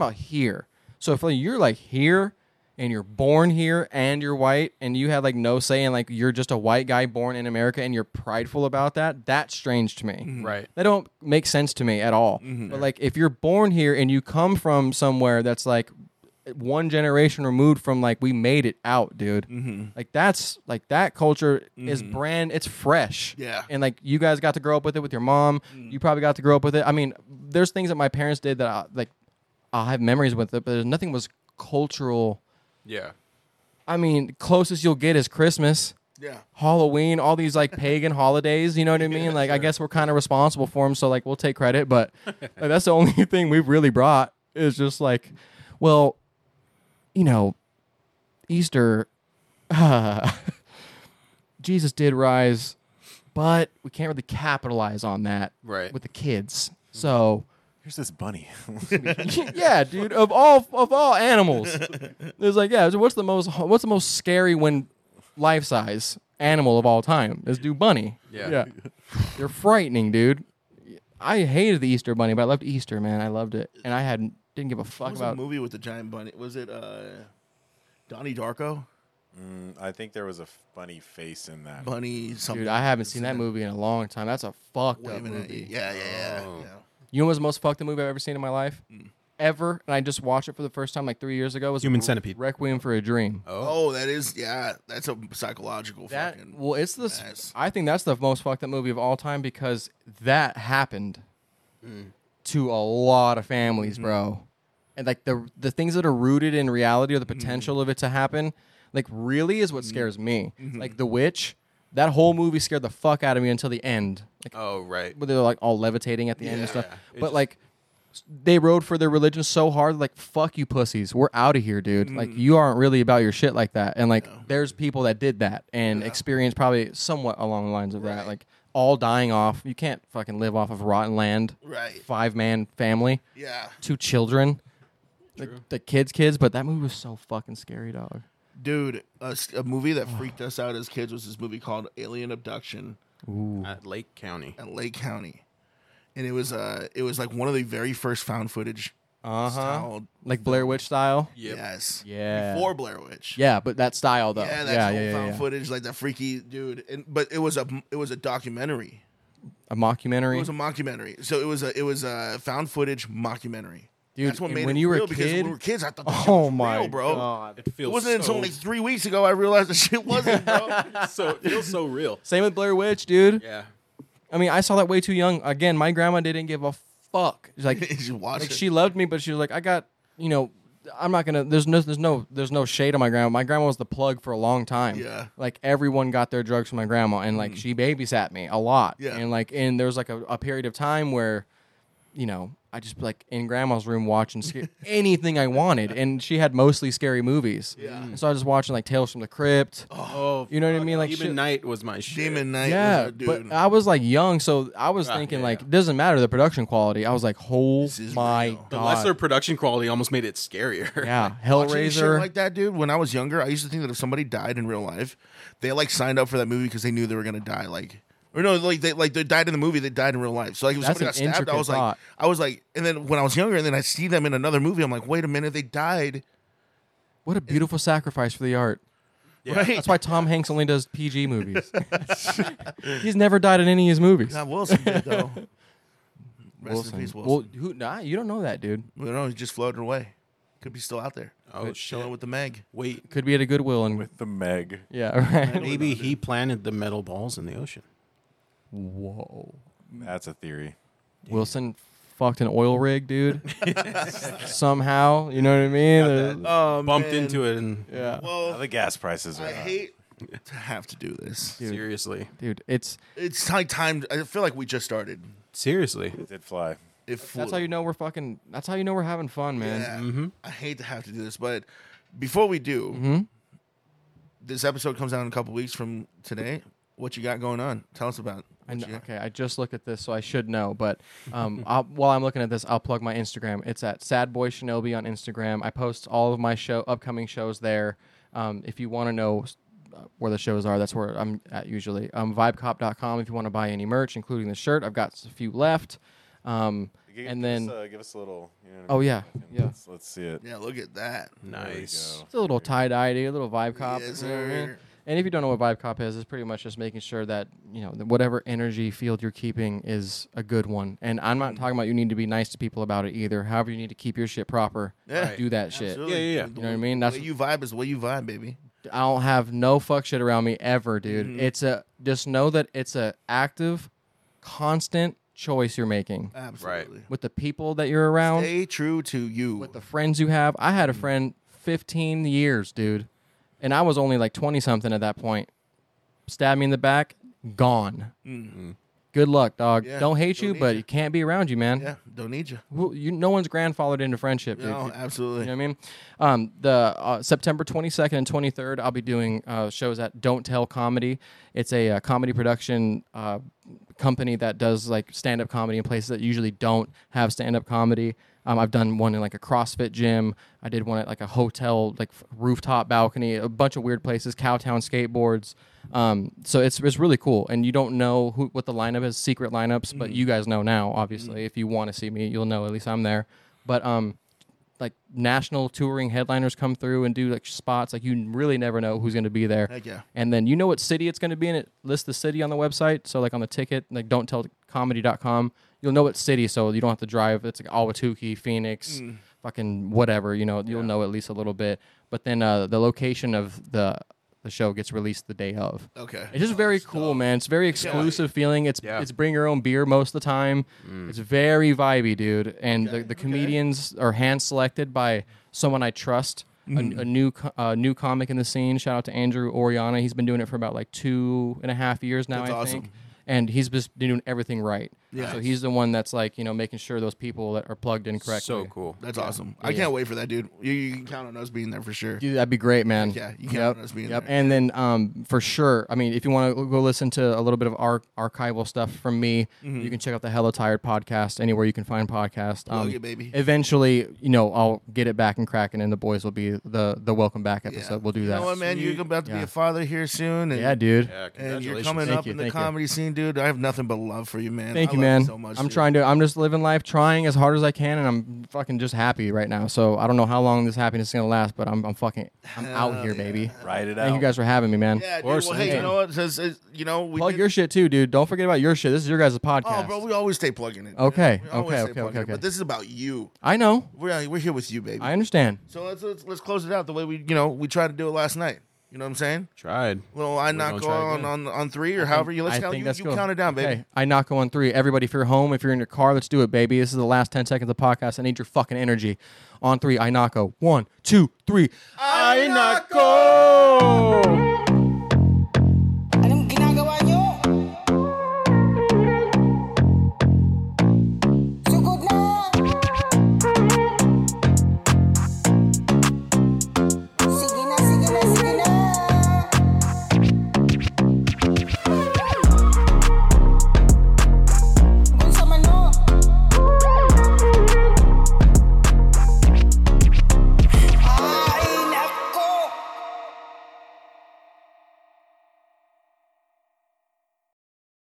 A: talking about here. So if like, you're like here, and you're born here, and you're white, and you have like no say, and like you're just a white guy born in America, and you're prideful about that, that's strange to me.
F: Right.
A: They don't make sense to me at all. But like, if you're born here and you come from somewhere that's like one generation removed from like we made it out, dude. Like that's like that culture is brand. It's fresh.
C: Yeah.
A: And like you guys got to grow up with it with your mom. You probably got to grow up with it. I mean, there's things that my parents did that I, like I'll have memories with it, but there's nothing was cultural.
F: Yeah.
A: I mean, closest you'll get is Christmas.
C: Yeah.
A: Halloween, all these like pagan holidays. You know what I mean? Like, I guess we're kind of responsible for them, so like we'll take credit. But like, that's the only thing we've really brought is just like, well, you know, Easter, Jesus did rise, but we can't really capitalize on that
F: Right.
A: with the kids. So
B: Here's this bunny.
A: yeah, dude. Of all of all animals, it's like yeah. so What's the most what's the most scary when life size animal of all time is do bunny.
F: Yeah.
A: they're frightening, dude. I hated the Easter bunny, but I loved Easter, man. I loved it, and I had didn't give a
C: What
A: fuck
C: was
A: about.
C: the movie with the giant bunny? Was it uh, Donnie Darko?
B: I think there was a funny face in that.
C: Bunny something.
A: Dude, I haven't seen that movie in a long time. That's a fucked
C: Wait a
A: up
C: minute.
A: movie.
C: Yeah, yeah, yeah. yeah.
A: You know what's the most fucked up movie I've ever seen in my life?
C: Mm.
A: Ever, and I just watched it for the first time like three years ago. Was
F: Human Centipede.
A: Requiem for a Dream.
C: Oh, that is yeah. That's a psychological
A: That
C: fucking.
A: well, it's the.
C: mess.
A: I think that's the most fucked up movie of all time because that happened to a lot of families, bro. And like the the things that are rooted in reality or the potential of it to happen, like really is what scares me. Like The Witch, that whole movie scared the fuck out of me until the end. Like
F: Oh right.
A: where they're like all levitating at the end and stuff.
F: Yeah. It
A: But
F: just-
A: like they rode for their religion so hard, like fuck you pussies, we're out of here, dude. Like
C: Mm.
A: you aren't really about your shit like that. And like there's people that did that and experienced probably somewhat along the lines of that, like all dying off. You can't fucking live off of rotten land.
C: Right.
A: Five man family,
C: Yeah.
A: two children. The, the kids, kids, but that movie was so fucking scary, dog.
C: Dude, a, s- a movie that freaked us out as kids was this movie called Alien Abduction
F: At Lake County.
A: Oh,
C: at Lake County. And it was uh it was like one of the very first found footage
A: Uh huh.
C: style.
A: Like Blair Witch style.
F: Yep.
C: Yes.
A: Yeah.
C: Before Blair Witch.
A: Yeah, but that style though.
C: Yeah,
A: Yeah,
C: that's
A: yeah,
C: whole
A: yeah,
C: found
A: yeah.
C: footage, like that freaky dude. And but it was a it was a documentary.
A: A mockumentary.
C: It was a mockumentary. So it was a it was a found footage mockumentary.
A: Dude,
C: that's what
A: and
C: made
A: when
C: it
A: you were a
C: real because
A: kid-
C: when we were kids, I thought, that shit
A: Oh
C: was
A: my
C: real, bro.
F: It
C: It
F: feels
C: wasn't
F: so,
C: until like three weeks ago I realized the shit wasn't, bro.
F: so it feels so real.
A: Same with Blair Witch, dude.
F: Yeah.
A: I mean, I saw that way too young. Again, my grandma didn't give a fuck. She's like,
C: Just watch
A: like
C: it.
A: she loved me, but she was like, I got, you know, I'm not gonna. There's no, there's no, there's no shade on my grandma. My grandma was the plug for a long time.
C: Yeah.
A: Like everyone got their drugs from my grandma, and like she babysat me a lot.
C: Yeah.
A: And like, and there was like a, a period of time where, you know, I just like in grandma's room watching sca- anything I wanted, and she had mostly scary movies. Yeah. And so I was just watching like Tales from the Crypt.
F: Oh,
A: You know what I mean? Like
F: Demon
A: shit-
F: Night was my shit.
C: Demon Knight.
A: yeah,
C: was a dude.
A: but I was like young, so I was thinking
F: yeah,
A: like doesn't matter the production quality. I was like, oh
C: Ah, is
A: my
C: real.
F: The lesser
A: god,
F: production quality almost made it scarier.
A: yeah,
C: Watching shit
A: Hellraiser.
C: like that, dude. When I was younger, I used to think that if somebody died in real life, they like signed up for that movie because they knew they were gonna die. Like, or no, like they like they died in the movie, they died in real life. So like, if
A: That's
C: somebody got
A: an
C: stabbed, I
A: intricate
C: was
A: thought.
C: like, I was like, and then when I was younger, and then I see them in another movie, I'm like, wait a minute, they died.
A: what a beautiful sacrifice for the art.
C: Right?
A: That's why Tom Hanks only does PG movies. He's never died in any of his movies.
C: Not Wilson did though. Rest in peace, Wilson.
A: Well, who? Nah, you don't know that dude.
C: We don't know. He just floated away. Could be still out there.
F: Oh shit.
C: Chilling with the Meg.
F: Wait.
A: Could be at a Goodwill and
B: with the Meg.
A: yeah, right.
F: Maybe he planted the metal balls in the ocean.
A: Whoa,
B: That's a theory.
A: Wilson fucked an oil rig, dude. Somehow, you know what I mean? Uh,
C: Oh,
F: Bumped into it and
A: Yeah,
B: Now Uh, the gas prices are
C: I
B: up.
C: hate to have to do this.
F: seriously.
A: dude, it's
C: It's like time. I feel like we just started.
F: Seriously.
B: It did fly.
C: It
A: that's how you know we're fucking. That's how you know we're having fun, man.
C: Yeah. I hate to have to do this, but before we do,
A: Mm-hmm.
C: this episode comes out in a couple weeks from today. What you got going on? Tell us about.
A: I
C: what
A: know,
C: you got.
A: okay, I just looked at this, so I should know. But um, I'll, while I'm looking at this, I'll plug my Instagram. It's at Sad Boy Shinobi on Instagram. I post all of my show, upcoming shows there. Um, if you want to know s- uh, where the shows are, that's where I'm at usually. Um, VibeCop.com. If you want to buy any merch, including the shirt, I've got s- a few left. Um,
B: Give-
A: and
B: give us,
A: then,
B: uh, give us a little. You know,
A: oh yeah, yeah,
B: Let's, let's see it.
C: Yeah, look at that.
F: Nice.
A: it's a little tie dye, dude, a little Vibe Cop.
C: Yes,
A: you know what I mean?
C: sir.
A: And if you don't know what Vibe Cop is, it's pretty much just making sure that, you know, that whatever energy field you're keeping is a good one. And I'm not talking about you need to be nice to people about it either. However, you need to keep your shit proper.
C: Yeah.
A: Do that shit.
C: Absolutely.
F: Yeah, yeah, yeah.
A: You know what I mean? That's
C: the way you vibe is the way you vibe, baby.
A: I don't have no fuck shit around me ever, dude.
C: Mm-hmm.
A: It's a just know that it's a active, constant choice you're making
C: Absolutely.
A: with the people that you're around,
C: Uh, Stay true to you.
A: with the friends you have. I
C: Mm.
A: had a friend 15 years, dude, and I was only like 20 something at that point. Stabbed me in the back, gone. Good luck, dog.
C: Mm-hmm. Yeah,
A: don't hate
C: don't
A: you,
C: need
A: but
C: ya.
A: you can't be around you, man.
C: yeah, don't need you.
A: Who- you- no one's grandfathered into friendship, dude.
C: No, absolutely.
A: You know what I mean? Um, the uh, September 22nd and 23rd, I'll be doing uh, shows at Don't Tell Comedy. It's a uh, comedy production uh, company that does like stand up comedy in places that usually don't have stand up comedy. Um, I've done one in like a CrossFit gym. I did one at like a hotel, like f- rooftop balcony, a bunch of weird places, Cowtown skateboards. Um, so it's it's really cool, and you don't know who what the lineup is, secret lineups, but you guys know now. Obviously, if you want to see me, you'll know. At least I'm there. But um, like national touring headliners come through and do like spots. Like you really never know who's going to be there.
C: Heck yeah.
A: And then you know what city it's going to be in. It lists the city on the website. So like on the ticket, like don't tell comedy.com, you'll know what city. So you don't have to drive. It's like Awatuki, Phoenix,
C: Mm.
A: fucking whatever, you know, you'll know at least a little bit. But then uh, the location of the, the show gets released the day of.
C: Okay.
A: It's just very cool, man. It's very exclusive feeling. It's
F: Yeah. Mm.
A: it's bring your own beer most of the time. It's very vibey, dude. And the, the comedians are hand selected by someone I trust a,
F: Mm.
A: a new co- a new comic in the scene. Shout out to Andrew Oriana. He's been doing it for about like two and a half years now.
C: That's
A: I
C: awesome.
A: think. And he's just doing everything right. Yeah. So he's the one that's like, you know, making sure those people that are plugged in correctly.
F: So cool.
C: That's awesome. I can't wait for that, dude. You, you can count on us being there for sure.
A: Dude, that'd be great, man.
C: Yeah, you can't
A: yep.
C: let us be in
A: yep.
C: there.
A: And then um, for sure, I mean, if you want to go listen to a little bit of ar- archival stuff from me,
C: Mm-hmm.
A: you can check out the Hello Tired podcast anywhere you can find podcasts. Um,
C: it, baby.
A: Eventually, you know, I'll get it back and cracking, and the boys will be the the welcome back
C: Yeah.
A: episode. We'll do
C: You
A: that.
C: know what, man? You're about to be
A: Yeah.
C: a father here soon. And,
A: yeah, dude.
F: Yeah,
C: And
F: congratulations.
C: you're coming
A: Thank
C: up
A: you,
C: in the
A: thank you.
C: comedy scene, dude. I have nothing but love for you, man.
A: Thank
C: I
A: you,
C: love
A: man.
C: so much,
A: I'm
C: dude.
A: trying to. I'm just living life, trying as hard as I can, and I'm fucking just happy right now. So I don't know how long this happiness is gonna last, but I'm I'm fucking I'm out here, baby.
B: Ride it out.
A: Thank you guys for having me, man.
C: Yeah, dude.
F: course,
C: Well, hey, you
F: anytime.
C: know what? Says, says- you know, we
A: Plug
C: did-
A: your shit too, dude. Don't forget about your shit. This is your guys' podcast.
C: Oh, bro, we always stay plugging it.
A: Okay,
C: We always
A: okay,
C: stay
A: okay,
C: plugging
A: okay,
C: it,
A: okay.
C: But this is about you.
A: I know.
C: We're we're here with you, baby.
A: I understand.
C: So let's, let's let's close it out the way we you know we tried to do it last night. You know what I'm saying?
F: Tried.
C: Little I
F: gonna
C: knock
F: try
C: on
F: again.
C: on on three or however you let's
A: I
C: count.
A: think
C: You,
A: that's
C: you
A: cool.
C: count it down, baby.
A: Okay, I knock on three. Everybody, if you're home, if you're in your car, let's do it, baby. This is the last 10 seconds of the podcast. I need your fucking energy. On three, I knock on. One, two, three. I knock on.